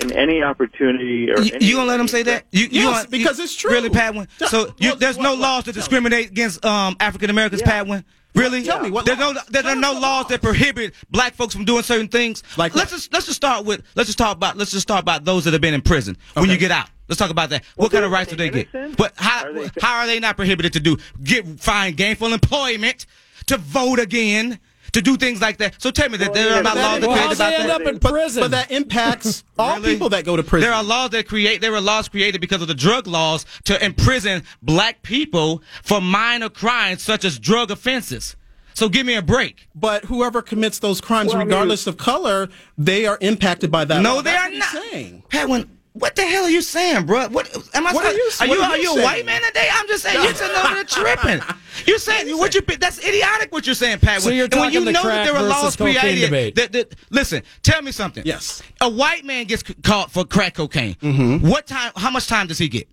[SPEAKER 6] in any opportunity or
[SPEAKER 1] You,
[SPEAKER 6] any
[SPEAKER 1] you gonna let him say that? You, you
[SPEAKER 2] Yes,
[SPEAKER 1] gonna,
[SPEAKER 2] because
[SPEAKER 1] you-
[SPEAKER 2] it's true.
[SPEAKER 1] Really, Padwin?
[SPEAKER 2] Tell-
[SPEAKER 1] So you,
[SPEAKER 2] what-
[SPEAKER 1] there's
[SPEAKER 2] what-
[SPEAKER 1] no
[SPEAKER 2] what-
[SPEAKER 1] laws to
[SPEAKER 2] tell-
[SPEAKER 1] discriminate against um, African Americans, Padwin. Really?
[SPEAKER 2] Tell me what
[SPEAKER 1] There's
[SPEAKER 2] laws.
[SPEAKER 1] no there
[SPEAKER 2] Tell
[SPEAKER 1] are no
[SPEAKER 2] us the
[SPEAKER 1] laws,
[SPEAKER 2] laws.
[SPEAKER 1] that prohibit black folks from doing certain things.
[SPEAKER 2] Like
[SPEAKER 1] let's
[SPEAKER 2] what?
[SPEAKER 1] just let's just start with let's just talk about let's just talk about those that have been in prison when
[SPEAKER 2] Okay.
[SPEAKER 1] you get out. Let's talk about that. what kind of
[SPEAKER 6] they're
[SPEAKER 1] rights do they get?
[SPEAKER 6] innocent?
[SPEAKER 1] But how
[SPEAKER 6] Are they-
[SPEAKER 1] how are they not prohibited to do get find gainful employment, to vote again, to do things like that? So tell me that
[SPEAKER 6] Well,
[SPEAKER 1] there
[SPEAKER 6] yeah,
[SPEAKER 1] are not
[SPEAKER 6] but
[SPEAKER 1] laws
[SPEAKER 6] that-
[SPEAKER 1] that
[SPEAKER 3] Well,
[SPEAKER 6] Well,
[SPEAKER 1] create
[SPEAKER 3] how's
[SPEAKER 6] how's
[SPEAKER 1] about
[SPEAKER 3] they
[SPEAKER 6] they
[SPEAKER 3] end
[SPEAKER 1] that.
[SPEAKER 3] up
[SPEAKER 6] up
[SPEAKER 3] in
[SPEAKER 6] in
[SPEAKER 2] But-
[SPEAKER 3] prison?
[SPEAKER 2] But, that impacts all
[SPEAKER 1] Really?
[SPEAKER 2] people that go to prison.
[SPEAKER 1] There are laws that create. There are laws created because of the drug laws to imprison black people for minor crimes such as drug offenses. So give me a break.
[SPEAKER 2] but whoever commits those crimes,
[SPEAKER 6] Well, I mean-
[SPEAKER 2] regardless of color, they are impacted by that. law.
[SPEAKER 1] No, they
[SPEAKER 2] That's
[SPEAKER 1] are
[SPEAKER 2] what he's
[SPEAKER 1] not.
[SPEAKER 2] Saying.
[SPEAKER 1] Edwin, what the hell are you saying, bro? What am I?
[SPEAKER 2] What are you-
[SPEAKER 1] Are you,
[SPEAKER 2] what are
[SPEAKER 1] are
[SPEAKER 2] you
[SPEAKER 1] you a
[SPEAKER 2] saying?
[SPEAKER 1] white man today? I'm just saying you're sitting over there tripping. You saying what you that's idiotic what you're saying, Pat.
[SPEAKER 3] So you're
[SPEAKER 1] and when you
[SPEAKER 3] talking the
[SPEAKER 1] know
[SPEAKER 3] crack
[SPEAKER 1] that there are
[SPEAKER 3] versus
[SPEAKER 1] laws
[SPEAKER 3] cocaine
[SPEAKER 1] created,
[SPEAKER 3] debate.
[SPEAKER 1] That, that, listen, tell me something.
[SPEAKER 2] Yes. Mm-hmm.
[SPEAKER 1] a white man gets c- caught for crack cocaine. What time? How much time does he get?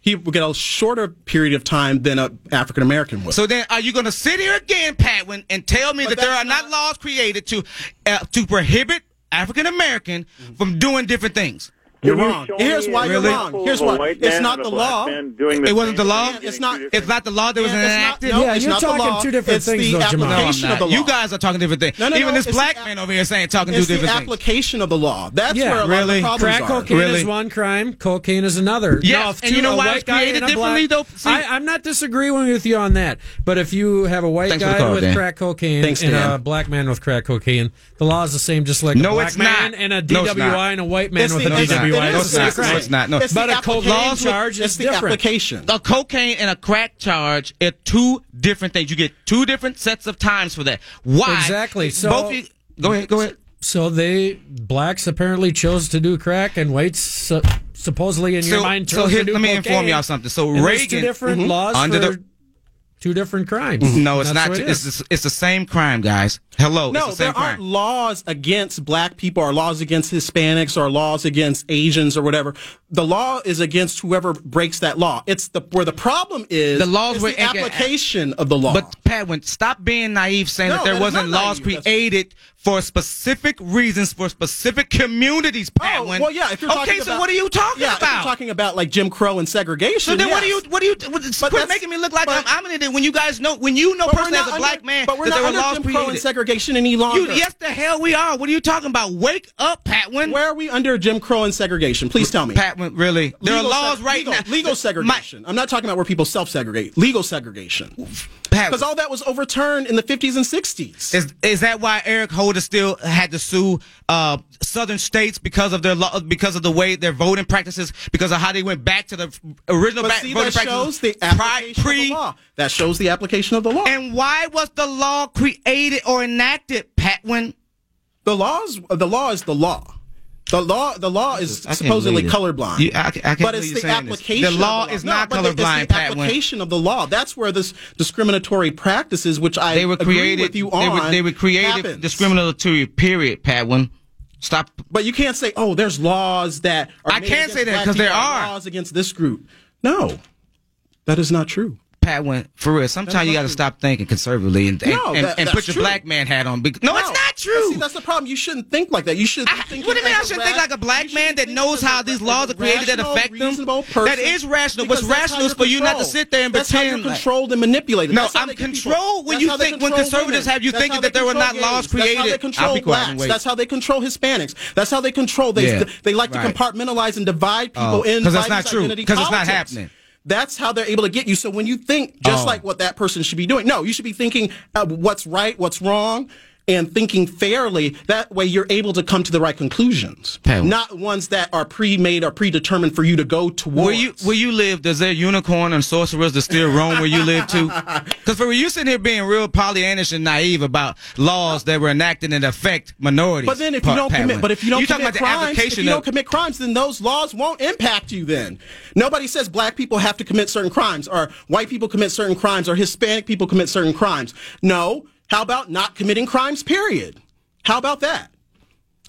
[SPEAKER 2] He would get a shorter period of time than a African American would.
[SPEAKER 1] So then, are you going to sit here again, Patwin, and tell me
[SPEAKER 2] But
[SPEAKER 1] that there
[SPEAKER 2] that's
[SPEAKER 1] are not, laws created to uh, to prohibit African American
[SPEAKER 2] Mm-hmm.
[SPEAKER 1] from doing different things?
[SPEAKER 2] you're
[SPEAKER 6] Can you
[SPEAKER 2] wrong.
[SPEAKER 6] show
[SPEAKER 2] Here's
[SPEAKER 6] me
[SPEAKER 2] why
[SPEAKER 6] an
[SPEAKER 2] you're
[SPEAKER 6] example
[SPEAKER 2] wrong. Here's
[SPEAKER 6] of a
[SPEAKER 2] why
[SPEAKER 6] white
[SPEAKER 2] it's
[SPEAKER 6] man
[SPEAKER 2] not
[SPEAKER 6] and
[SPEAKER 2] the
[SPEAKER 6] a black
[SPEAKER 2] law.
[SPEAKER 6] man doing the
[SPEAKER 1] It wasn't the
[SPEAKER 6] same
[SPEAKER 1] law.
[SPEAKER 6] thing and
[SPEAKER 2] It's
[SPEAKER 6] getting
[SPEAKER 2] not-
[SPEAKER 6] two
[SPEAKER 1] It's
[SPEAKER 6] different-
[SPEAKER 1] not the law that was
[SPEAKER 2] Yeah, it's not-
[SPEAKER 1] enacted.
[SPEAKER 2] no,
[SPEAKER 3] Yeah,
[SPEAKER 2] it's
[SPEAKER 3] you're
[SPEAKER 2] not the
[SPEAKER 3] talking
[SPEAKER 2] law.
[SPEAKER 3] two different
[SPEAKER 2] It's
[SPEAKER 3] things,
[SPEAKER 2] the
[SPEAKER 3] though, Jamal. No, I'm
[SPEAKER 2] application of the law.
[SPEAKER 1] You guys are talking different things.
[SPEAKER 2] No, no,
[SPEAKER 1] Even
[SPEAKER 2] no,
[SPEAKER 1] this
[SPEAKER 2] it's
[SPEAKER 1] black
[SPEAKER 2] the-
[SPEAKER 1] man over here saying talking two
[SPEAKER 2] it's the
[SPEAKER 1] different things.
[SPEAKER 2] application of the law. That's
[SPEAKER 3] Yeah,
[SPEAKER 2] where a
[SPEAKER 1] really.
[SPEAKER 2] lot of the
[SPEAKER 3] Crack
[SPEAKER 2] problems
[SPEAKER 3] cocaine
[SPEAKER 2] are.
[SPEAKER 1] Really?
[SPEAKER 3] is one crime, cocaine is another.
[SPEAKER 1] Yes,
[SPEAKER 3] Now, if
[SPEAKER 1] and you
[SPEAKER 3] two-
[SPEAKER 1] know
[SPEAKER 3] a
[SPEAKER 1] why
[SPEAKER 3] white
[SPEAKER 1] it's
[SPEAKER 3] guy
[SPEAKER 1] created
[SPEAKER 3] and a
[SPEAKER 1] differently,
[SPEAKER 3] black-
[SPEAKER 1] though? See-
[SPEAKER 3] I, I'm not disagreeing with you on that, but if you have a white
[SPEAKER 1] Thanks for the
[SPEAKER 3] guy
[SPEAKER 1] call,
[SPEAKER 3] with
[SPEAKER 1] Dan.
[SPEAKER 3] crack cocaine
[SPEAKER 2] Thanks,
[SPEAKER 3] and
[SPEAKER 2] Dan.
[SPEAKER 3] a black man with crack cocaine, the law is the same, just like
[SPEAKER 1] No,
[SPEAKER 3] a black
[SPEAKER 1] it's
[SPEAKER 3] man
[SPEAKER 1] not.
[SPEAKER 3] and a
[SPEAKER 1] No, it's
[SPEAKER 3] DWI
[SPEAKER 1] not.
[SPEAKER 3] and a white man
[SPEAKER 2] It's
[SPEAKER 3] with
[SPEAKER 2] the-
[SPEAKER 3] a
[SPEAKER 2] it's
[SPEAKER 3] DWI.
[SPEAKER 2] not.
[SPEAKER 3] It's the
[SPEAKER 1] It
[SPEAKER 3] same
[SPEAKER 1] is not. No, it's not. No.
[SPEAKER 2] It's
[SPEAKER 3] crime. But
[SPEAKER 2] the
[SPEAKER 3] a cocaine
[SPEAKER 2] application-
[SPEAKER 3] charge
[SPEAKER 2] it's
[SPEAKER 3] is
[SPEAKER 2] the
[SPEAKER 3] different.
[SPEAKER 2] application.
[SPEAKER 1] A cocaine and a crack charge are two different things. You get two different sets of times for that. Why?
[SPEAKER 3] Exactly. So-
[SPEAKER 1] both you, go ahead. Go ahead.
[SPEAKER 3] So they blacks apparently chose to do crack, and whites su- supposedly in your
[SPEAKER 1] So-
[SPEAKER 3] mind
[SPEAKER 1] so
[SPEAKER 3] chose
[SPEAKER 1] here-
[SPEAKER 3] to do
[SPEAKER 1] let me
[SPEAKER 3] cocaine.
[SPEAKER 1] inform y'all something. So
[SPEAKER 3] And there's two
[SPEAKER 1] Reagan-
[SPEAKER 3] different
[SPEAKER 1] Mhm.
[SPEAKER 3] laws
[SPEAKER 1] Under
[SPEAKER 3] for
[SPEAKER 1] the-
[SPEAKER 3] two different crimes.
[SPEAKER 1] No, it's
[SPEAKER 3] That's
[SPEAKER 1] not.
[SPEAKER 3] what it
[SPEAKER 1] it's,
[SPEAKER 3] is.
[SPEAKER 1] the- it's the same crime, guys. Hello. it's
[SPEAKER 2] No,
[SPEAKER 1] the same
[SPEAKER 2] there aren't
[SPEAKER 1] crime.
[SPEAKER 2] laws against black people or laws against Hispanics or laws against Asians or whatever. The law is against whoever breaks that law. It's the where the problem is
[SPEAKER 1] The laws
[SPEAKER 2] is
[SPEAKER 1] were
[SPEAKER 2] the
[SPEAKER 1] inca-
[SPEAKER 2] application of the law.
[SPEAKER 1] But Patwin, stop being naive saying
[SPEAKER 2] No,
[SPEAKER 1] that there
[SPEAKER 2] that is
[SPEAKER 1] wasn't
[SPEAKER 2] not
[SPEAKER 1] laws
[SPEAKER 2] naive. That's-
[SPEAKER 1] created for specific reasons for specific communities,
[SPEAKER 2] oh,
[SPEAKER 1] Patwin.
[SPEAKER 2] well, yeah, if you're
[SPEAKER 1] okay,
[SPEAKER 2] talking
[SPEAKER 1] so
[SPEAKER 2] about-
[SPEAKER 1] what are you talking
[SPEAKER 2] yeah, if
[SPEAKER 1] about?
[SPEAKER 2] you're talking about like Jim Crow and segregation.
[SPEAKER 1] So then, what do you?
[SPEAKER 2] yes.
[SPEAKER 1] What do you? What, quit
[SPEAKER 2] that's-
[SPEAKER 1] making me look like
[SPEAKER 2] but-
[SPEAKER 1] I'm, I'm an idiot when you guys know when you know
[SPEAKER 2] But we're
[SPEAKER 1] personally
[SPEAKER 2] not
[SPEAKER 1] as a
[SPEAKER 2] under-
[SPEAKER 1] black man
[SPEAKER 2] but we're
[SPEAKER 1] that
[SPEAKER 2] not
[SPEAKER 1] there were
[SPEAKER 2] under
[SPEAKER 1] laws
[SPEAKER 2] Jim Crow and
[SPEAKER 1] created.
[SPEAKER 2] segregation any longer.
[SPEAKER 1] you, yes, the hell we are. What are you talking about? Wake up, Patwin.
[SPEAKER 2] Where are we under Jim Crow and segregation? Please tell me.
[SPEAKER 1] Patwin, really? There are
[SPEAKER 2] Legal
[SPEAKER 1] laws
[SPEAKER 2] seg-
[SPEAKER 1] right
[SPEAKER 2] legal,
[SPEAKER 1] now.
[SPEAKER 2] Legal
[SPEAKER 1] My-
[SPEAKER 2] segregation. I'm not talking about where people self segregate. Legal segregation.
[SPEAKER 1] Patwin,
[SPEAKER 2] Because all that was overturned in the 50s and 60s.
[SPEAKER 1] Is is that why Eric Holder still had to sue uh, Southern states because of their law, because of the way their voting practices, because of how they went back to the f- original
[SPEAKER 2] but
[SPEAKER 1] back,
[SPEAKER 2] see,
[SPEAKER 1] voting
[SPEAKER 2] that
[SPEAKER 1] practices
[SPEAKER 2] shows the
[SPEAKER 1] pri-
[SPEAKER 2] application of the law. That shows the application of the law.
[SPEAKER 1] And why was the law created or enacted, Patwin?
[SPEAKER 2] the laws, the law is the law. The law, the law is
[SPEAKER 1] can't
[SPEAKER 2] supposedly
[SPEAKER 1] believe it.
[SPEAKER 2] colorblind.
[SPEAKER 1] You- I- I can't
[SPEAKER 2] but
[SPEAKER 1] believe
[SPEAKER 2] it's
[SPEAKER 1] you're
[SPEAKER 2] the
[SPEAKER 1] saying this.
[SPEAKER 2] application.
[SPEAKER 1] The
[SPEAKER 2] of
[SPEAKER 1] law is not
[SPEAKER 2] but the- it's
[SPEAKER 1] colorblind,
[SPEAKER 2] The
[SPEAKER 1] Pat, when-
[SPEAKER 2] application of the law. That's where this discriminatory practices, which I
[SPEAKER 1] They were
[SPEAKER 2] agree
[SPEAKER 1] created.
[SPEAKER 2] with you on,
[SPEAKER 1] they were, they were created
[SPEAKER 2] happens.
[SPEAKER 1] discriminatory. Period, Patwin. Stop.
[SPEAKER 2] But you can't say, oh, there's laws that are.
[SPEAKER 1] I
[SPEAKER 2] made
[SPEAKER 1] can't
[SPEAKER 2] against
[SPEAKER 1] say that
[SPEAKER 2] black
[SPEAKER 1] 'cause there
[SPEAKER 2] people,
[SPEAKER 1] are.
[SPEAKER 2] laws against this group. No, that is not true.
[SPEAKER 1] Patwin, for real. Sometimes you got to stop thinking conservatively and and,
[SPEAKER 2] No,
[SPEAKER 1] and,
[SPEAKER 2] that-
[SPEAKER 1] and
[SPEAKER 2] that's
[SPEAKER 1] put your
[SPEAKER 2] true.
[SPEAKER 1] black man hat on. Because, no, it's not true.
[SPEAKER 2] See, that's the problem. You shouldn't think like that. You should.
[SPEAKER 1] I-
[SPEAKER 2] think
[SPEAKER 1] what do you mean? I should
[SPEAKER 2] not
[SPEAKER 1] think like a black man that knows how these laws are created that affect them. That is rational. What's rational is for you not to sit there and
[SPEAKER 2] that's
[SPEAKER 1] pretend.
[SPEAKER 2] How you're
[SPEAKER 1] like-
[SPEAKER 2] controlled and manipulated.
[SPEAKER 1] No,
[SPEAKER 2] That's how
[SPEAKER 1] I'm
[SPEAKER 2] they get people.
[SPEAKER 1] controlled when
[SPEAKER 2] That's
[SPEAKER 1] you
[SPEAKER 2] how they
[SPEAKER 1] think- when
[SPEAKER 2] control
[SPEAKER 1] conservatives
[SPEAKER 2] women.
[SPEAKER 1] have you
[SPEAKER 2] That's
[SPEAKER 1] thinking
[SPEAKER 2] how they
[SPEAKER 1] that there were
[SPEAKER 2] control
[SPEAKER 1] not laws
[SPEAKER 2] gays. That's how they
[SPEAKER 1] created. I'll
[SPEAKER 2] control
[SPEAKER 1] be quiet and
[SPEAKER 2] blacks.
[SPEAKER 1] wait.
[SPEAKER 2] That's how they control Hispanics. That's how they control. They
[SPEAKER 1] Yeah.
[SPEAKER 2] they like to
[SPEAKER 1] Right. Oh.
[SPEAKER 2] compartmentalize and divide people in
[SPEAKER 1] 'cause that's
[SPEAKER 2] by
[SPEAKER 1] not
[SPEAKER 2] these
[SPEAKER 1] true.
[SPEAKER 2] identity
[SPEAKER 1] 'Cause it's not
[SPEAKER 2] politics.
[SPEAKER 1] happening.
[SPEAKER 2] That's how they're able to get you. So when you think just
[SPEAKER 1] Oh.
[SPEAKER 2] like what that person should be doing, no, you should be thinking uh, what's right, what's wrong, and thinking fairly. That way, you're able to come to the right conclusions,
[SPEAKER 1] Pam.
[SPEAKER 2] not ones that are pre-made or predetermined for you to go towards.
[SPEAKER 1] Where you where you live, does there unicorn and sorcerers that still roam where you live too? Because for you sitting here being real Pollyannish and naive about laws that were enacted and affect minorities.
[SPEAKER 2] but then, if
[SPEAKER 1] Pa-
[SPEAKER 2] you don't
[SPEAKER 1] Pat
[SPEAKER 2] commit,
[SPEAKER 1] Win.
[SPEAKER 2] but if you don't
[SPEAKER 1] you talking
[SPEAKER 2] commit
[SPEAKER 1] about the
[SPEAKER 2] crimes, if
[SPEAKER 1] application
[SPEAKER 2] you don't
[SPEAKER 1] of-
[SPEAKER 2] commit crimes, then those laws won't impact you. Then nobody says black people have to commit certain crimes, or white people commit certain crimes, or Hispanic people commit certain crimes. No, how about not committing crimes? Period. How about that?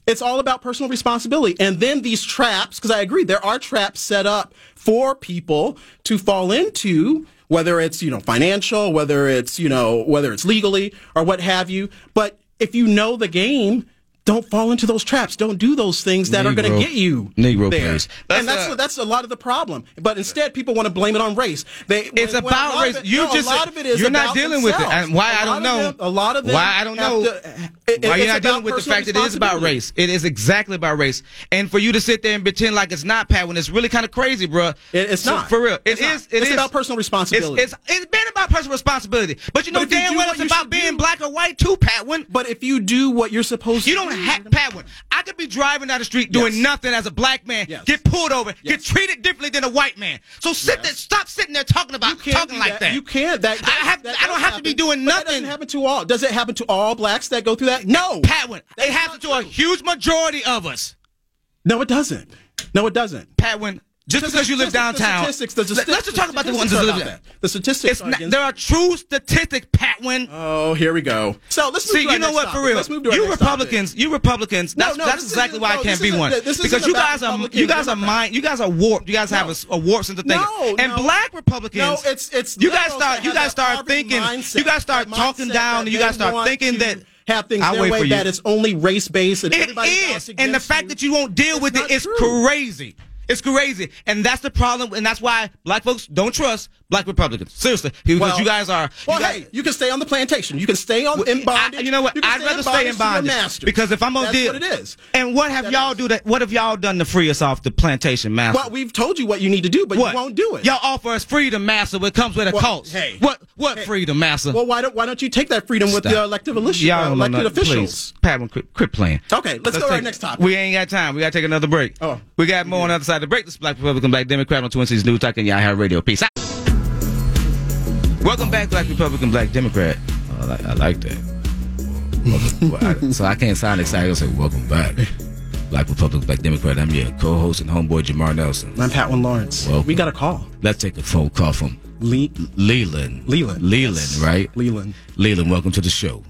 [SPEAKER 2] It's all about personal responsibility. And then these traps, because I agree, there are traps set up for people to fall into, whether it's, you know, financial, whether it's, you know, whether it's legally or what have you. But if you know the game, don't fall into those traps. Don't do those things that are going to
[SPEAKER 1] Negro-
[SPEAKER 2] get you
[SPEAKER 1] Negro
[SPEAKER 2] there.
[SPEAKER 1] police. That's uh,
[SPEAKER 2] and that's
[SPEAKER 1] a-
[SPEAKER 2] that's a lot of the problem. But instead, people want to blame it on race. They
[SPEAKER 1] It's
[SPEAKER 2] when- when a
[SPEAKER 1] about
[SPEAKER 2] lot of
[SPEAKER 1] race.
[SPEAKER 2] it-
[SPEAKER 1] You
[SPEAKER 2] no,
[SPEAKER 1] just
[SPEAKER 2] a lot of it is
[SPEAKER 1] you're not
[SPEAKER 2] about
[SPEAKER 1] dealing with it.
[SPEAKER 2] themselves.
[SPEAKER 1] And why
[SPEAKER 2] A
[SPEAKER 1] I don't
[SPEAKER 2] lot
[SPEAKER 1] know.
[SPEAKER 2] of them- a lot of them.
[SPEAKER 1] why I don't
[SPEAKER 2] have
[SPEAKER 1] know.
[SPEAKER 2] to- it-
[SPEAKER 1] why
[SPEAKER 2] it's
[SPEAKER 1] you're not dealing
[SPEAKER 2] about
[SPEAKER 1] with the
[SPEAKER 2] personal
[SPEAKER 1] fact that it is about
[SPEAKER 2] responsibility.
[SPEAKER 1] race. It is exactly about race. And for you to sit there and pretend like it's not Pat when it's really kind of crazy, bro.
[SPEAKER 2] It- it's not.
[SPEAKER 1] for real. It
[SPEAKER 2] It's not.
[SPEAKER 1] is- it
[SPEAKER 2] It's
[SPEAKER 1] is-
[SPEAKER 2] about personal responsibility.
[SPEAKER 1] It's, it's it's been about personal responsibility. But you know
[SPEAKER 2] But if you
[SPEAKER 1] damn
[SPEAKER 2] do
[SPEAKER 1] well
[SPEAKER 2] what
[SPEAKER 1] it's
[SPEAKER 2] you
[SPEAKER 1] about
[SPEAKER 2] should do-
[SPEAKER 1] being black or white too, Pat. When
[SPEAKER 2] But if you do what you're supposed
[SPEAKER 1] you
[SPEAKER 2] to,
[SPEAKER 1] don't
[SPEAKER 2] do,
[SPEAKER 1] have Pat one. I could be driving down the street doing
[SPEAKER 2] Mm. Yes.
[SPEAKER 1] nothing as a black man,
[SPEAKER 2] Yes.
[SPEAKER 1] get pulled over, get
[SPEAKER 2] Yes.
[SPEAKER 1] treated differently than a white man. So sit there, stop sitting there talking about
[SPEAKER 2] can't
[SPEAKER 1] talking
[SPEAKER 2] do
[SPEAKER 1] like that.
[SPEAKER 2] You can't. That,
[SPEAKER 1] I have-
[SPEAKER 2] that
[SPEAKER 1] I
[SPEAKER 2] does
[SPEAKER 1] don't have to be
[SPEAKER 2] happen.
[SPEAKER 1] doing
[SPEAKER 2] But That
[SPEAKER 1] nothing.
[SPEAKER 2] doesn't happen to all. Does it happen to all blacks that go through that? No.
[SPEAKER 1] Pat one. It
[SPEAKER 2] That's
[SPEAKER 1] happens to
[SPEAKER 2] not
[SPEAKER 1] a
[SPEAKER 2] true.
[SPEAKER 1] huge majority of us.
[SPEAKER 2] No, it doesn't. No, it doesn't.
[SPEAKER 1] Pat one. Just because you live
[SPEAKER 2] Statistics-
[SPEAKER 1] downtown,
[SPEAKER 2] the statistics, the
[SPEAKER 1] let- let's just talk about the ones
[SPEAKER 2] statistics
[SPEAKER 1] that
[SPEAKER 2] are
[SPEAKER 1] live
[SPEAKER 2] about
[SPEAKER 1] there.
[SPEAKER 2] that. The statistics
[SPEAKER 1] It's
[SPEAKER 2] are
[SPEAKER 1] not,
[SPEAKER 2] against-
[SPEAKER 1] there are true statistics, Patwin.
[SPEAKER 2] Oh, here we go. So let's move
[SPEAKER 1] See,
[SPEAKER 2] to our
[SPEAKER 1] you know
[SPEAKER 2] next
[SPEAKER 1] what?
[SPEAKER 2] topic.
[SPEAKER 1] For real,
[SPEAKER 2] Let's move to our
[SPEAKER 1] you
[SPEAKER 2] next
[SPEAKER 1] Republicans, you Republicans.
[SPEAKER 2] No,
[SPEAKER 1] That's,
[SPEAKER 2] no,
[SPEAKER 1] that's
[SPEAKER 2] this
[SPEAKER 1] exactly
[SPEAKER 2] isn't-
[SPEAKER 1] why I
[SPEAKER 2] no,
[SPEAKER 1] can't
[SPEAKER 2] this
[SPEAKER 1] be
[SPEAKER 2] isn't-
[SPEAKER 1] one.
[SPEAKER 2] this isn't
[SPEAKER 1] because you
[SPEAKER 2] about
[SPEAKER 1] guys are
[SPEAKER 2] Republican
[SPEAKER 1] you guys are
[SPEAKER 2] Democrat.
[SPEAKER 1] mind you guys are warped. You guys have a, s- a warped sense of thinking.
[SPEAKER 2] No,
[SPEAKER 1] and
[SPEAKER 2] no.
[SPEAKER 1] black
[SPEAKER 2] No,
[SPEAKER 1] Republicans.
[SPEAKER 2] it's- it's
[SPEAKER 1] you guys
[SPEAKER 2] liberals
[SPEAKER 1] start
[SPEAKER 2] that
[SPEAKER 1] you
[SPEAKER 2] have
[SPEAKER 1] guys
[SPEAKER 2] that
[SPEAKER 1] start
[SPEAKER 2] poverty
[SPEAKER 1] thinking.
[SPEAKER 2] mindset,
[SPEAKER 1] you guys start
[SPEAKER 2] that
[SPEAKER 1] talking
[SPEAKER 2] mindset
[SPEAKER 1] down.
[SPEAKER 2] that
[SPEAKER 1] and You guys
[SPEAKER 2] they
[SPEAKER 1] start
[SPEAKER 2] want
[SPEAKER 1] thinking
[SPEAKER 2] to
[SPEAKER 1] that
[SPEAKER 2] have things
[SPEAKER 1] I'll
[SPEAKER 2] their
[SPEAKER 1] wait
[SPEAKER 2] way
[SPEAKER 1] for you.
[SPEAKER 2] that it's only race based and
[SPEAKER 1] It
[SPEAKER 2] everybody
[SPEAKER 1] is, and the fact that you won't deal
[SPEAKER 2] It's
[SPEAKER 1] with it
[SPEAKER 2] not
[SPEAKER 1] is
[SPEAKER 2] true.
[SPEAKER 1] crazy. It's crazy, and that's the problem, and that's why black folks don't trust black Republicans. Seriously, because you guys are.
[SPEAKER 2] Well,
[SPEAKER 1] you guys-
[SPEAKER 2] hey, you can stay on the plantation. You can stay on in bondage.
[SPEAKER 1] Oh, I- you know what?
[SPEAKER 2] You can
[SPEAKER 1] I'd rather stay in
[SPEAKER 2] to your
[SPEAKER 1] bondage
[SPEAKER 2] master.
[SPEAKER 1] because if I'm gonna
[SPEAKER 2] That's
[SPEAKER 1] deal,
[SPEAKER 2] what it is.
[SPEAKER 1] And what have
[SPEAKER 2] That
[SPEAKER 1] y'all
[SPEAKER 2] is.
[SPEAKER 1] do that? What have y'all done to free us off the plantation, master?
[SPEAKER 2] Well, we've told you what you need to do, but
[SPEAKER 1] what?
[SPEAKER 2] you won't do it.
[SPEAKER 1] Y'all offer us freedom, master, but it comes with a
[SPEAKER 2] Well,
[SPEAKER 1] cost.
[SPEAKER 2] hey.
[SPEAKER 1] what? What
[SPEAKER 2] Hey.
[SPEAKER 1] freedom, master?
[SPEAKER 2] Well, why don't why don't you take that freedom with
[SPEAKER 1] Stop.
[SPEAKER 2] the elective elici-
[SPEAKER 1] Y'all
[SPEAKER 2] uh,
[SPEAKER 1] don't know
[SPEAKER 2] elected
[SPEAKER 1] nothing.
[SPEAKER 2] officials?
[SPEAKER 1] Please, Pat, quit, quit playing.
[SPEAKER 2] Okay, let's, go to our
[SPEAKER 1] take-
[SPEAKER 2] next topic.
[SPEAKER 1] We ain't got time. We gotta take another break.
[SPEAKER 2] Oh.
[SPEAKER 1] we got more on the other side of the break. This is Black Republican, Black Democrat on Twin Cities New Talk and Y'all Have Radio. Peace out. Welcome back, Black Republican, Black Democrat. Oh, I, like, I like that. Welcome- well, I- so I can't sound excited. I say, "Welcome back, Black Republican, Black Democrat." I'm your co-host and homeboy Jamar Nelson.
[SPEAKER 2] I'm Patwin Lawrence.
[SPEAKER 1] Welcome.
[SPEAKER 2] We got a call.
[SPEAKER 1] Let's take a phone call from
[SPEAKER 2] Le-
[SPEAKER 1] Leland.
[SPEAKER 2] Leland.
[SPEAKER 1] Leland,
[SPEAKER 2] Yes.
[SPEAKER 1] right?
[SPEAKER 2] Leland.
[SPEAKER 1] Leland, welcome to the show.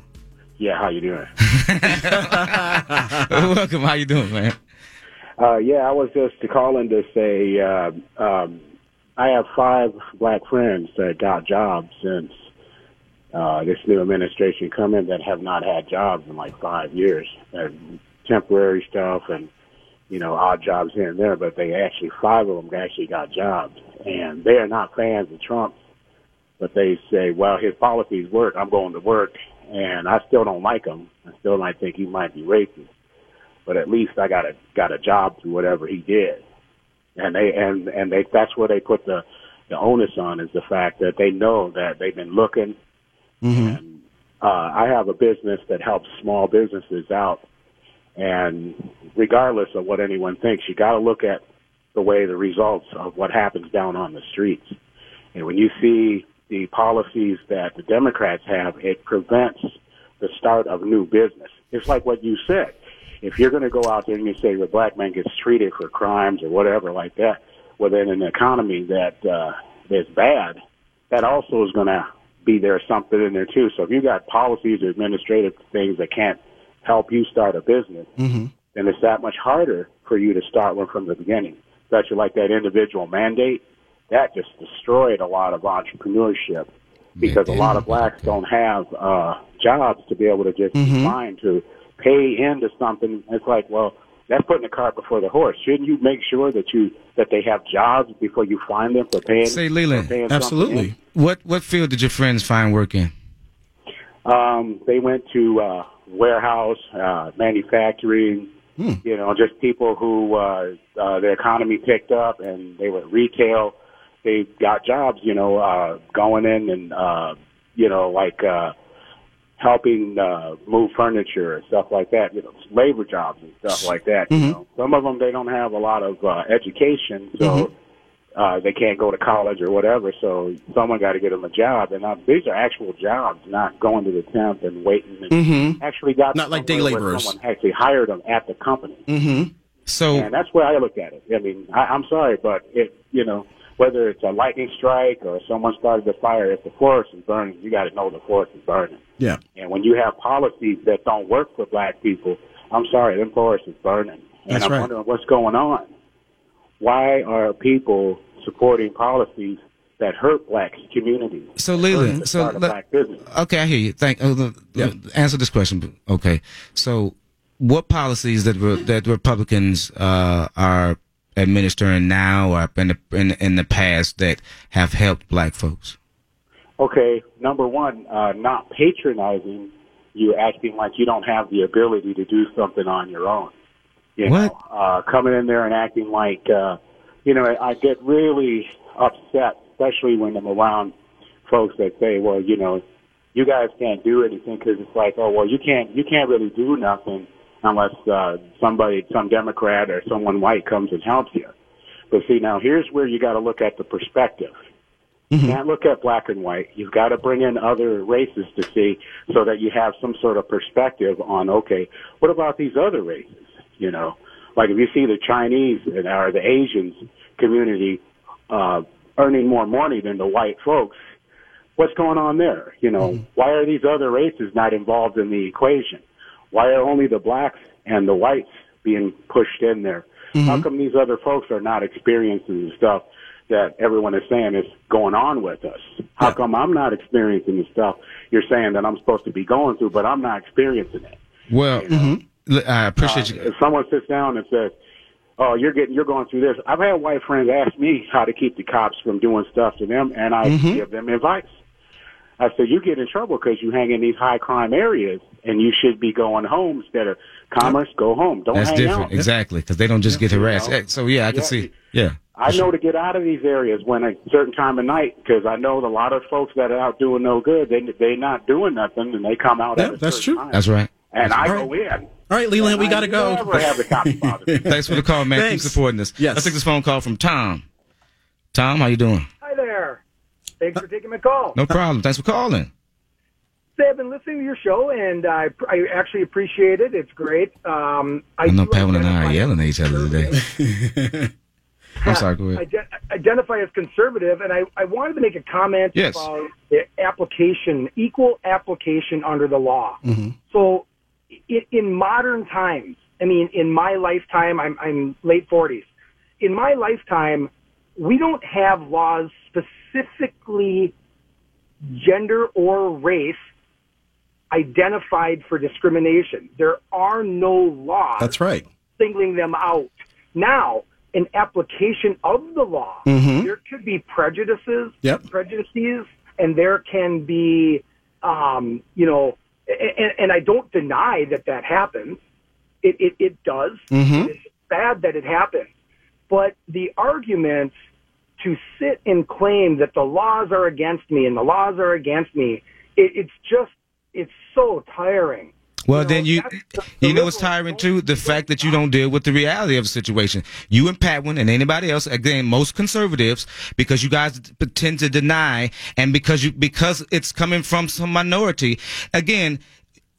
[SPEAKER 4] Yeah, how you doing?
[SPEAKER 1] welcome. How you doing, man?
[SPEAKER 4] Uh, yeah, I was just calling to say uh, um, I have five black friends that got jobs since uh, this new administration come in that have not had jobs in like five years, and temporary stuff and you know odd jobs here and there. But they actually five of them actually got jobs, and they are not fans of Trump, but they say, well, his policies work. I'm going to work, and I still don't like him. I still don't think he might be racist but at least I got a got a job through whatever he did. And they and and they that's where they put the the onus on is the fact that they know that they've been looking. And uh, I have a business that helps small businesses out, and regardless of what anyone thinks, you got to look at the way the results of what happens down on the streets. And when you see the policies that the Democrats have, it prevents the start of new business. It's like what you said. If you're going to go out there and you say the black man gets treated for crimes or whatever like that, well, then an economy that uh, is bad, that also is going to be there something in there too. So if you got policies or administrative things that can't help you start a business, then it's that much harder for you to start one from the beginning. Especially like that individual mandate, that just destroyed a lot of entrepreneurship because a lot of blacks don't have uh, jobs to be able to just be fine to pay into something. It's like, well, that's putting the cart before the horse. Shouldn't you make sure that you that they have jobs before you find them for paying?
[SPEAKER 1] Say, Leland.
[SPEAKER 4] for paying something in?
[SPEAKER 2] Absolutely.
[SPEAKER 1] What what field did your friends find work in?
[SPEAKER 4] Um, they went to uh, warehouse, uh, manufacturing, you know, just people who uh, uh, the economy picked up and they were retail. They got jobs, you know, uh, going in and, uh, you know, like uh, helping uh, move furniture and stuff like that, you know, labor jobs and stuff like that.
[SPEAKER 2] Mm-hmm.
[SPEAKER 4] You know. Some of them, they don't have a lot of uh, education, so
[SPEAKER 2] Mm-hmm.
[SPEAKER 4] uh, they can't go to college or whatever, so someone got to get them a job. And uh, these are actual jobs, not going to the temp and waiting. And Actually, got
[SPEAKER 2] Mm-hmm. Not like day
[SPEAKER 4] somewhere where
[SPEAKER 2] laborers. Mm.
[SPEAKER 4] Someone actually hired them at the company,
[SPEAKER 1] So
[SPEAKER 4] and that's where I look at it. I mean, I, I'm sorry, but it you know whether it's a lightning strike or someone started a fire, if the forest is burning, you got to know the forest is burning.
[SPEAKER 2] Yeah.
[SPEAKER 4] And when you have policies that don't work for black people, I'm sorry, them forests is burning. And
[SPEAKER 2] That's
[SPEAKER 4] I'm
[SPEAKER 2] right.
[SPEAKER 4] wondering what's going on. Why are people supporting policies that hurt black communities?
[SPEAKER 1] So,
[SPEAKER 4] that
[SPEAKER 1] Leland,
[SPEAKER 4] hurt the
[SPEAKER 1] so
[SPEAKER 4] start of
[SPEAKER 1] let-
[SPEAKER 4] black business?
[SPEAKER 1] okay, I hear you. Thank. Uh, the- the- Answer this question. Okay, so what policies that re- that Republicans uh, are administering now or in the in, in the past that have helped black folks?
[SPEAKER 4] Okay, number one, uh, not patronizing you, acting like you don't have the ability to do something on your own. You
[SPEAKER 1] What?
[SPEAKER 4] Know, uh, coming in there and acting like, uh, you know, I get really upset, especially when I'm around folks that say, well, you know, you guys can't do anything because it's like, oh, well, you can't, you can't really do nothing unless, uh, somebody, some Democrat or someone white comes and helps you. But see, now here's where you got to look at the perspective. You can't look at black and white. You've got to bring in other races to see so that you have some sort of perspective on, okay, what about these other races? You know, like if you see the Chinese and or the Asians community, uh, earning more money than the white folks, what's going on there? You know, why are these other races not involved in the equation? Why are only the blacks and the whites being pushed in there? How come these other folks are not experiencing the stuff that everyone is saying is going on with us? How come I'm not experiencing the stuff you're saying that I'm supposed to be going through, but I'm not experiencing it?
[SPEAKER 1] Well, l- I appreciate you.
[SPEAKER 4] If someone sits down and says, "Oh, you're getting, you're going through this," I've had white friends ask me how to keep the cops from doing stuff to them, and I
[SPEAKER 1] Mm-hmm.
[SPEAKER 4] give them advice. I said, "You get in trouble because you hang in these high crime areas, and you should be going home instead of commerce. Go home. Don't
[SPEAKER 1] That's
[SPEAKER 4] hang
[SPEAKER 1] different,
[SPEAKER 4] out."
[SPEAKER 1] exactly, because they don't just get harassed.
[SPEAKER 4] know.
[SPEAKER 1] Eh, So yeah, I can
[SPEAKER 4] Yeah.
[SPEAKER 1] see. Yeah,
[SPEAKER 4] I know to get out of these areas when a certain time of night because I know a lot of folks that are out doing no good. They they not doing nothing, and they come out.
[SPEAKER 2] Yeah,
[SPEAKER 4] at a
[SPEAKER 2] that's
[SPEAKER 4] certain
[SPEAKER 2] true.
[SPEAKER 4] time.
[SPEAKER 1] that's right.
[SPEAKER 4] And I
[SPEAKER 2] All
[SPEAKER 4] go in.
[SPEAKER 2] All right, Leland, we
[SPEAKER 4] I
[SPEAKER 2] got to go.
[SPEAKER 4] Never have the cops bother me.
[SPEAKER 1] Thanks for the call, man.
[SPEAKER 2] Thanks.
[SPEAKER 1] Keep supporting us.
[SPEAKER 2] Yes.
[SPEAKER 1] Let's take this phone call from Tom. Tom, how you doing?
[SPEAKER 8] Hi there. Thanks for taking my call.
[SPEAKER 1] No problem. Thanks for calling.
[SPEAKER 8] Say, I've been listening to your show, and I, I actually appreciate it. It's great. Um, I
[SPEAKER 1] I know
[SPEAKER 8] do
[SPEAKER 1] Pamela and I are
[SPEAKER 8] identify-
[SPEAKER 1] yelling at each other today. I'm sorry. Go ahead.
[SPEAKER 8] Ide- identify as conservative, and I, I wanted to make a comment
[SPEAKER 1] Yes.
[SPEAKER 8] about the application, equal application under the law.
[SPEAKER 1] Mm-hmm.
[SPEAKER 8] So, in, in modern times, I mean, in my lifetime, I'm, I'm late 40s. In my lifetime, we don't have laws specifically gender or race identified for discrimination. There are no laws
[SPEAKER 2] That's right.
[SPEAKER 8] singling them out. Now, an application of the law, there could be prejudices,
[SPEAKER 2] Yep.
[SPEAKER 8] prejudices, and there can be, um, you know, and, and I don't deny that that happens. It, it, it does. It's bad that it happens. But the arguments to sit and claim that the laws are against me and the laws are against me, it, it's just, it's so tiring.
[SPEAKER 1] Well,
[SPEAKER 8] know,
[SPEAKER 1] then you,
[SPEAKER 8] that's the- the
[SPEAKER 1] you know, it's
[SPEAKER 8] liberals
[SPEAKER 1] tiring
[SPEAKER 8] don't-
[SPEAKER 1] too. The fact that you don't deal with the reality of the situation. You and Patwin and anybody else, again, most conservatives, because you guys p- tend to deny, and because you because it's coming from some minority. Again,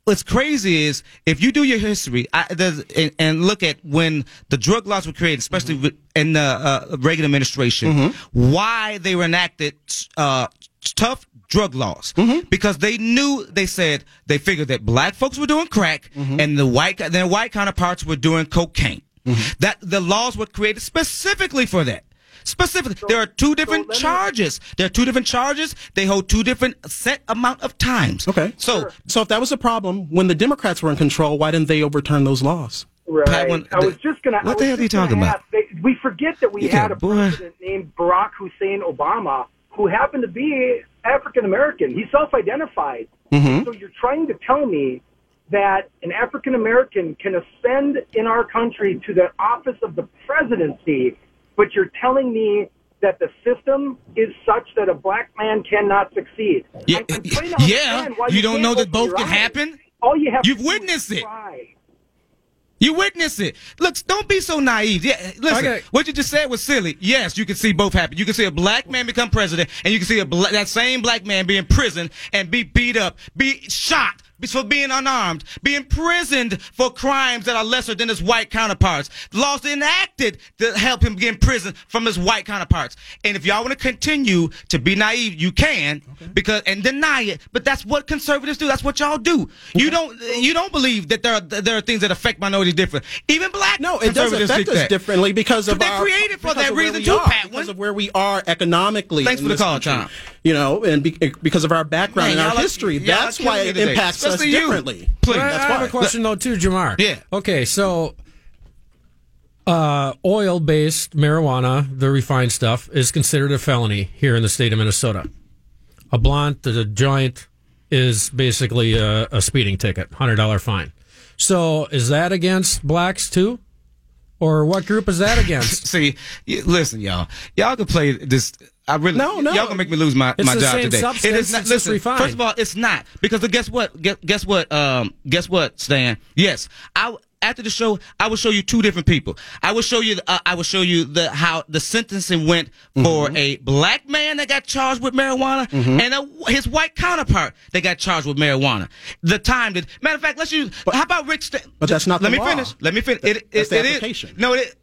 [SPEAKER 1] what's crazy is if you do your history I, there's- and, and look at when the drug laws were created, especially
[SPEAKER 8] Mm-hmm.
[SPEAKER 1] with- in the uh, Reagan administration, why they were enacted uh, tough drug laws because they knew they said they figured that black folks were doing crack and the white their white counterparts were doing cocaine. That the laws were created specifically for that. Specifically, there are two different
[SPEAKER 8] let me-
[SPEAKER 1] charges. There are two different charges. They hold two different set amount of times.
[SPEAKER 2] Okay.
[SPEAKER 1] So
[SPEAKER 2] So if that was a problem when the Democrats were in control, why didn't they overturn those laws?
[SPEAKER 8] Right.
[SPEAKER 1] Pat, when-
[SPEAKER 8] I was just gonna. I
[SPEAKER 1] what the
[SPEAKER 8] was
[SPEAKER 1] hell are you
[SPEAKER 8] just gonna
[SPEAKER 1] talking about?
[SPEAKER 8] ask, They, we forget that we
[SPEAKER 1] You
[SPEAKER 8] had
[SPEAKER 1] got
[SPEAKER 8] a
[SPEAKER 1] a boy.
[SPEAKER 8] president named Barack Hussein Obama who happened to be African American. He self-identified.
[SPEAKER 1] Mm-hmm.
[SPEAKER 8] So you're trying to tell me that an African American can ascend in our country to the office of the presidency, but you're telling me that the system is such that a black man cannot succeed.
[SPEAKER 1] Yeah,
[SPEAKER 8] I'm trying to
[SPEAKER 1] yeah.
[SPEAKER 8] understand why
[SPEAKER 1] You don't
[SPEAKER 8] can't
[SPEAKER 1] know that
[SPEAKER 8] open
[SPEAKER 1] both
[SPEAKER 8] your
[SPEAKER 1] can
[SPEAKER 8] eyes.
[SPEAKER 1] happen?
[SPEAKER 8] All you have
[SPEAKER 1] You've
[SPEAKER 8] to do is
[SPEAKER 1] witnessed it.
[SPEAKER 8] try.
[SPEAKER 1] You witness it. Look, don't be so naive. Yeah, listen,
[SPEAKER 3] Okay.
[SPEAKER 1] what you just said was silly. Yes, you can see both happen. You can see a black man become president, and you can see a bla- that same black man be in prison and be beat up, be shot for being unarmed, be imprisoned for crimes that are lesser than his white counterparts. Laws enacted to help him get in prison from his white counterparts. And if y'all want to continue to be naive, you can because and deny it. But that's what conservatives do. That's what y'all do. You don't you don't believe that there are that there are things that affect minorities different. Even black
[SPEAKER 2] No, it does
[SPEAKER 1] conservatives
[SPEAKER 2] affect
[SPEAKER 1] think
[SPEAKER 2] us
[SPEAKER 1] that.
[SPEAKER 2] differently because of
[SPEAKER 1] They're
[SPEAKER 2] our
[SPEAKER 1] created for
[SPEAKER 2] because
[SPEAKER 1] that
[SPEAKER 2] of where
[SPEAKER 1] reason
[SPEAKER 2] we
[SPEAKER 1] too,
[SPEAKER 2] are,
[SPEAKER 1] Pat.
[SPEAKER 2] Because of where we are economically.
[SPEAKER 1] Thanks
[SPEAKER 2] in
[SPEAKER 1] for the
[SPEAKER 2] this
[SPEAKER 1] call,
[SPEAKER 2] country,
[SPEAKER 1] Tom.
[SPEAKER 2] You know, and be, because of our background
[SPEAKER 1] Man,
[SPEAKER 2] and
[SPEAKER 1] y'all
[SPEAKER 2] our
[SPEAKER 1] are-
[SPEAKER 2] history,
[SPEAKER 1] y'all are
[SPEAKER 2] that's why
[SPEAKER 1] killing me
[SPEAKER 2] it
[SPEAKER 1] today.
[SPEAKER 2] impacts us
[SPEAKER 1] to you.
[SPEAKER 2] differently.
[SPEAKER 1] Please.
[SPEAKER 2] That's
[SPEAKER 3] I have
[SPEAKER 2] why.
[SPEAKER 3] a question though too, Jamar.
[SPEAKER 1] Yeah.
[SPEAKER 3] Okay, so uh, oil-based marijuana, the refined stuff, is considered a felony here in the state of Minnesota. A blunt, the joint, is basically a, a speeding ticket, hundred dollar fine. So is that against blacks too, or what group is that against?
[SPEAKER 1] See, y- listen, y'all. Y'all can play this. I really
[SPEAKER 2] No, no.
[SPEAKER 1] Y'all can make me lose my,
[SPEAKER 3] It's
[SPEAKER 1] my
[SPEAKER 3] the
[SPEAKER 1] job
[SPEAKER 3] same
[SPEAKER 1] today.
[SPEAKER 3] substance, it's just refined.
[SPEAKER 1] First of all, it's not because guess what? Guess, guess what? Um, guess what, Stan? Yes, I after the show I will show you two different people. I will show you. Uh, I will show you the how the sentencing went for
[SPEAKER 2] Mm-hmm.
[SPEAKER 1] a black man that got charged with marijuana and a, his white counterpart that got charged with marijuana. The time that matter of fact, let's use. how about Rick? Stan,
[SPEAKER 2] But that's not
[SPEAKER 1] Let
[SPEAKER 2] the
[SPEAKER 1] me
[SPEAKER 2] law.
[SPEAKER 1] finish. Let me finish.
[SPEAKER 2] That-
[SPEAKER 1] it,
[SPEAKER 2] that's
[SPEAKER 1] it,
[SPEAKER 2] the
[SPEAKER 1] it is-
[SPEAKER 2] application.
[SPEAKER 1] No, it.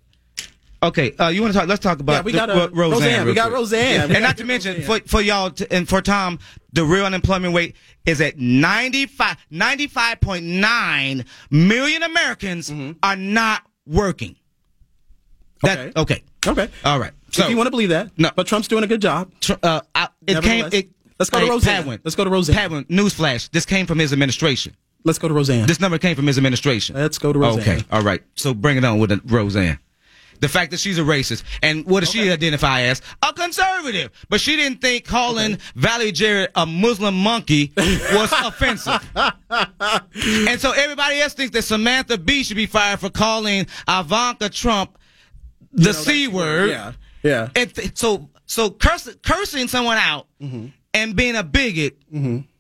[SPEAKER 1] Okay, uh, you want to talk? Let's talk about
[SPEAKER 2] Yeah, we
[SPEAKER 1] the-
[SPEAKER 2] got, uh,
[SPEAKER 1] Ro- Roseanne.
[SPEAKER 2] Roseanne. We
[SPEAKER 1] real
[SPEAKER 2] got
[SPEAKER 1] quick.
[SPEAKER 2] Roseanne. We
[SPEAKER 1] and
[SPEAKER 2] got
[SPEAKER 1] not to mention
[SPEAKER 2] Roseanne.
[SPEAKER 1] for for y'all t- and for Tom, the real unemployment rate is at 95 95.9 million Americans
[SPEAKER 2] Mm-hmm.
[SPEAKER 1] are not working. That, okay.
[SPEAKER 2] Okay.
[SPEAKER 1] All right. Uh, So
[SPEAKER 2] if you want to believe that,
[SPEAKER 1] No.
[SPEAKER 2] but Trump's doing a good job.
[SPEAKER 1] tr- uh, I, it came.
[SPEAKER 2] Nevertheless.
[SPEAKER 1] It,
[SPEAKER 2] Let's go to Roseanne.
[SPEAKER 1] Padwin.
[SPEAKER 2] Let's go to Roseanne.
[SPEAKER 1] Padwin, newsflash: This came from his administration.
[SPEAKER 2] Let's go to Roseanne.
[SPEAKER 1] This number came from his administration.
[SPEAKER 2] Let's go to Roseanne.
[SPEAKER 1] Okay, all right. So bring it on with the Roseanne. The fact that she's a racist, and what does she identify as? A conservative. But she didn't think calling Valerie Jarrett a Muslim monkey was offensive. and so everybody else thinks that Samantha Bee should be fired for calling Ivanka Trump the C word.
[SPEAKER 2] Yeah. Yeah.
[SPEAKER 1] And th- so, so curse- cursing someone out
[SPEAKER 2] Mm-hmm.
[SPEAKER 1] and being a bigot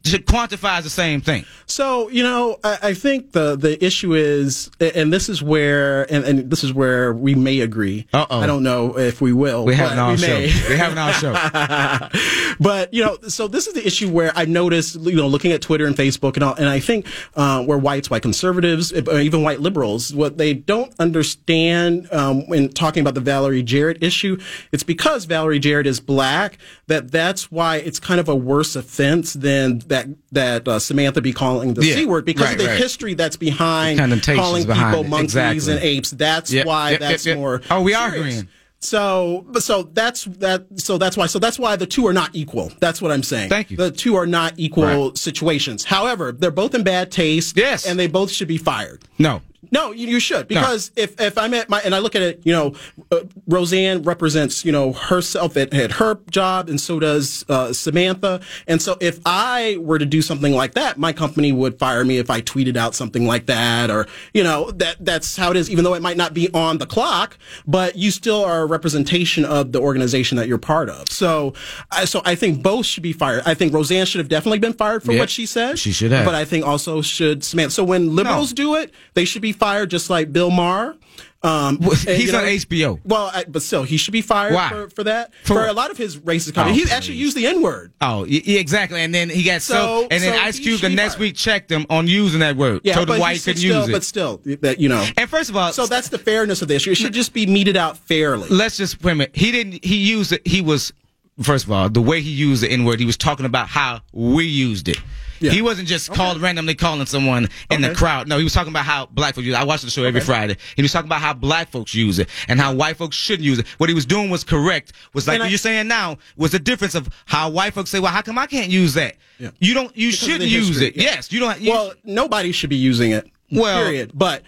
[SPEAKER 1] should quantifies the same thing.
[SPEAKER 2] So you know, I, I think the the issue is, a- and this is where, and, and this is where we may agree.
[SPEAKER 1] Uh-oh.
[SPEAKER 2] I don't know if we will.
[SPEAKER 1] We
[SPEAKER 2] but
[SPEAKER 1] have our
[SPEAKER 2] we
[SPEAKER 1] show.
[SPEAKER 2] may.
[SPEAKER 1] We have our show.
[SPEAKER 2] but you know, so this is the issue where I noticed, you know, looking at Twitter and Facebook and all, and I think uh, where whites, white conservatives, uh, even white liberals, what they don't understand um, when talking about the Valerie Jarrett issue, it's because Valerie Jarrett is black that that's why it's kind of a worse offense than that that uh, Samantha be calling the
[SPEAKER 1] Yeah.
[SPEAKER 2] c word because
[SPEAKER 1] Right,
[SPEAKER 2] of the
[SPEAKER 1] right.
[SPEAKER 2] history that's behind
[SPEAKER 1] The connotations
[SPEAKER 2] calling
[SPEAKER 1] behind
[SPEAKER 2] people
[SPEAKER 1] it.
[SPEAKER 2] monkeys
[SPEAKER 1] Exactly.
[SPEAKER 2] and apes. That's
[SPEAKER 1] Yep,
[SPEAKER 2] why
[SPEAKER 1] yep, yep,
[SPEAKER 2] that's
[SPEAKER 1] yep.
[SPEAKER 2] more.
[SPEAKER 1] Oh, we are
[SPEAKER 2] serious.
[SPEAKER 1] agreeing.
[SPEAKER 2] So, but so that's that. So that's why. So that's why the two are not equal. That's what I'm saying.
[SPEAKER 1] Thank you.
[SPEAKER 2] The two are not equal situations. However, they're both in bad taste.
[SPEAKER 1] Yes.
[SPEAKER 2] and they both should be fired.
[SPEAKER 1] No.
[SPEAKER 2] No, you, you should because if if I'm at my and I look at it, you know, uh, Roseanne represents you know herself at, at her job, and so does uh, Samantha. And so if I were to do something like that, my company would fire me if I tweeted out something like that, or you know that that's how it is. Even though it might not be on the clock, but you still are a representation of the organization that you're part of. So, I, so I think both should be fired. I think Roseanne should have definitely been fired for
[SPEAKER 1] Yeah.
[SPEAKER 2] what she said.
[SPEAKER 1] She should have.
[SPEAKER 2] But I think also should Samantha. So when liberals do it, they should be fired, just like Bill Maher. Um,
[SPEAKER 1] He's
[SPEAKER 2] and, you know,
[SPEAKER 1] on HBO.
[SPEAKER 2] Well, I, but still, he should be fired
[SPEAKER 1] Why?
[SPEAKER 2] for, for that.
[SPEAKER 1] For
[SPEAKER 2] For,
[SPEAKER 1] what? Oh,
[SPEAKER 2] a lot of his racist comments, he
[SPEAKER 1] please.
[SPEAKER 2] actually used the N word.
[SPEAKER 1] Oh, y- yeah, exactly. And then he got so,
[SPEAKER 2] So-
[SPEAKER 1] and then
[SPEAKER 2] so
[SPEAKER 1] Ice
[SPEAKER 2] he
[SPEAKER 1] Cube the
[SPEAKER 2] should be
[SPEAKER 1] next
[SPEAKER 2] fired.
[SPEAKER 1] week checked him on using that word.
[SPEAKER 2] Yeah,
[SPEAKER 1] told
[SPEAKER 2] but
[SPEAKER 1] him why
[SPEAKER 2] he
[SPEAKER 1] he
[SPEAKER 2] should
[SPEAKER 1] couldn't
[SPEAKER 2] still,
[SPEAKER 1] use it.
[SPEAKER 2] But still, that you know.
[SPEAKER 1] and first of all,
[SPEAKER 2] so that's the fairness of the issue. It should just be meted out fairly.
[SPEAKER 1] let's just wait a minute. He didn't. He used it. He was first of all the way he used the N word. He was talking about how we used it.
[SPEAKER 2] Yeah.
[SPEAKER 1] He wasn't just called randomly calling someone in the
[SPEAKER 2] Okay.
[SPEAKER 1] crowd. No, he was talking about how black folks use it. I watch the show every Friday. He was talking about how black folks use it and how white folks shouldn't use it. What he was doing was correct. Was like
[SPEAKER 2] And I-
[SPEAKER 1] you're saying now was the difference of how white folks say, well, how come I can't use that?
[SPEAKER 2] Yeah.
[SPEAKER 1] You don't. You
[SPEAKER 2] Because of the
[SPEAKER 1] shouldn't use
[SPEAKER 2] history,
[SPEAKER 1] it.
[SPEAKER 2] yeah.
[SPEAKER 1] Yes, you don't. You,
[SPEAKER 2] well, nobody should be using it.
[SPEAKER 1] Well-
[SPEAKER 2] period. But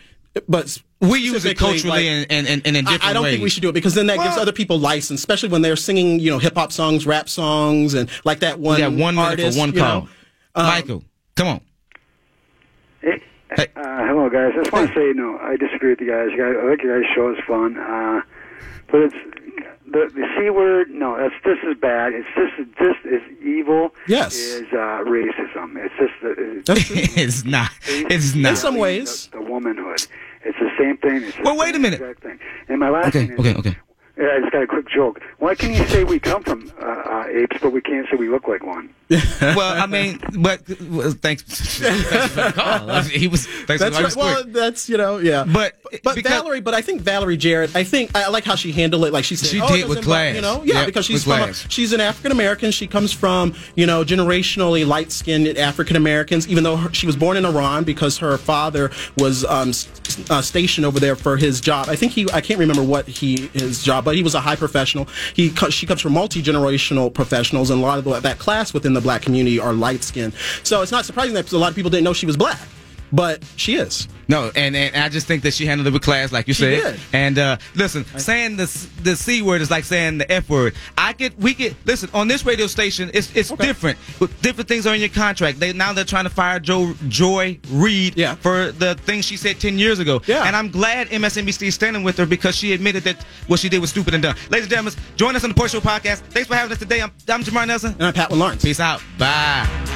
[SPEAKER 2] but
[SPEAKER 1] we use it
[SPEAKER 2] specifically,
[SPEAKER 1] culturally
[SPEAKER 2] like-
[SPEAKER 1] and, and, and, and in different
[SPEAKER 2] I, I don't
[SPEAKER 1] ways.
[SPEAKER 2] think we should do it because then that gives
[SPEAKER 1] Well-
[SPEAKER 2] other people license, especially when they're singing, you know, hip hop songs, rap songs, and like that one.
[SPEAKER 1] Yeah, one minute
[SPEAKER 2] artist,
[SPEAKER 1] for one
[SPEAKER 2] you know. um,
[SPEAKER 1] call. Michael, come on.
[SPEAKER 5] Hey,
[SPEAKER 1] Hey.
[SPEAKER 5] Uh, hello, guys. I just want to say, no, I disagree with you guys. You guys I think your guys' show is fun, uh, but it's the the c word. No, that's this is bad. It's this this is evil.
[SPEAKER 2] Yes.
[SPEAKER 5] is uh, racism. It's just the it's
[SPEAKER 2] That's-
[SPEAKER 1] it's not. It's not.
[SPEAKER 2] In some ways.
[SPEAKER 5] the, the womanhood. It's the same thing. It's the
[SPEAKER 1] Well, wait a
[SPEAKER 5] same
[SPEAKER 1] minute.
[SPEAKER 5] exact Thing. And my last
[SPEAKER 1] Okay,
[SPEAKER 5] thing is,
[SPEAKER 1] okay, okay.
[SPEAKER 5] Yeah, I just got a quick joke. Why can you say we come from uh, uh, apes, but we can't say we look like one?
[SPEAKER 1] well, I mean, but well, thanks, thanks for the call. He was thanks
[SPEAKER 2] That's
[SPEAKER 1] for the
[SPEAKER 2] right.
[SPEAKER 1] call.
[SPEAKER 2] Well, that's you know, yeah.
[SPEAKER 1] But
[SPEAKER 2] But
[SPEAKER 1] because-
[SPEAKER 2] Valerie, but I think Valerie Jarrett. I think I like how she handled it. Like she said,
[SPEAKER 9] She
[SPEAKER 2] "Oh, it
[SPEAKER 9] did with
[SPEAKER 2] doesn't bother-"
[SPEAKER 9] class.
[SPEAKER 2] you know, yeah,
[SPEAKER 9] Yep,
[SPEAKER 2] because
[SPEAKER 9] with
[SPEAKER 2] she's from a-
[SPEAKER 9] class.
[SPEAKER 2] she's an African American. She comes from you know generationally light skinned African Americans. Even though her, she was born in Iran because her father was um, s- uh, stationed over there for his job. I think he I can't remember what he his job, but he was a high professional. He co- she comes from multi generational professionals, and a lot of the, that class within the black community are light skinned. So it's not surprising that a lot of people didn't know she was black, but she is.
[SPEAKER 1] No, and, and I just think that she handled it with class, like you
[SPEAKER 2] She
[SPEAKER 1] said.
[SPEAKER 2] did.
[SPEAKER 1] And uh, listen, saying the s- the c word is like saying the f word. I could we could listen on this radio station. It's it's different. Different things are in your contract. They now they're trying to fire Joe Joy Reed
[SPEAKER 2] Yeah.
[SPEAKER 1] for the things she said ten years ago.
[SPEAKER 2] Yeah.
[SPEAKER 1] And I'm glad MSNBC is standing with her because she admitted that what she did was stupid and dumb. Ladies and gentlemen, join us on the Porsche Show podcast. Thanks for having us today. I'm, I'm Jamar Nelson.
[SPEAKER 2] And I'm Pat Lawrence.
[SPEAKER 1] Peace out. Bye.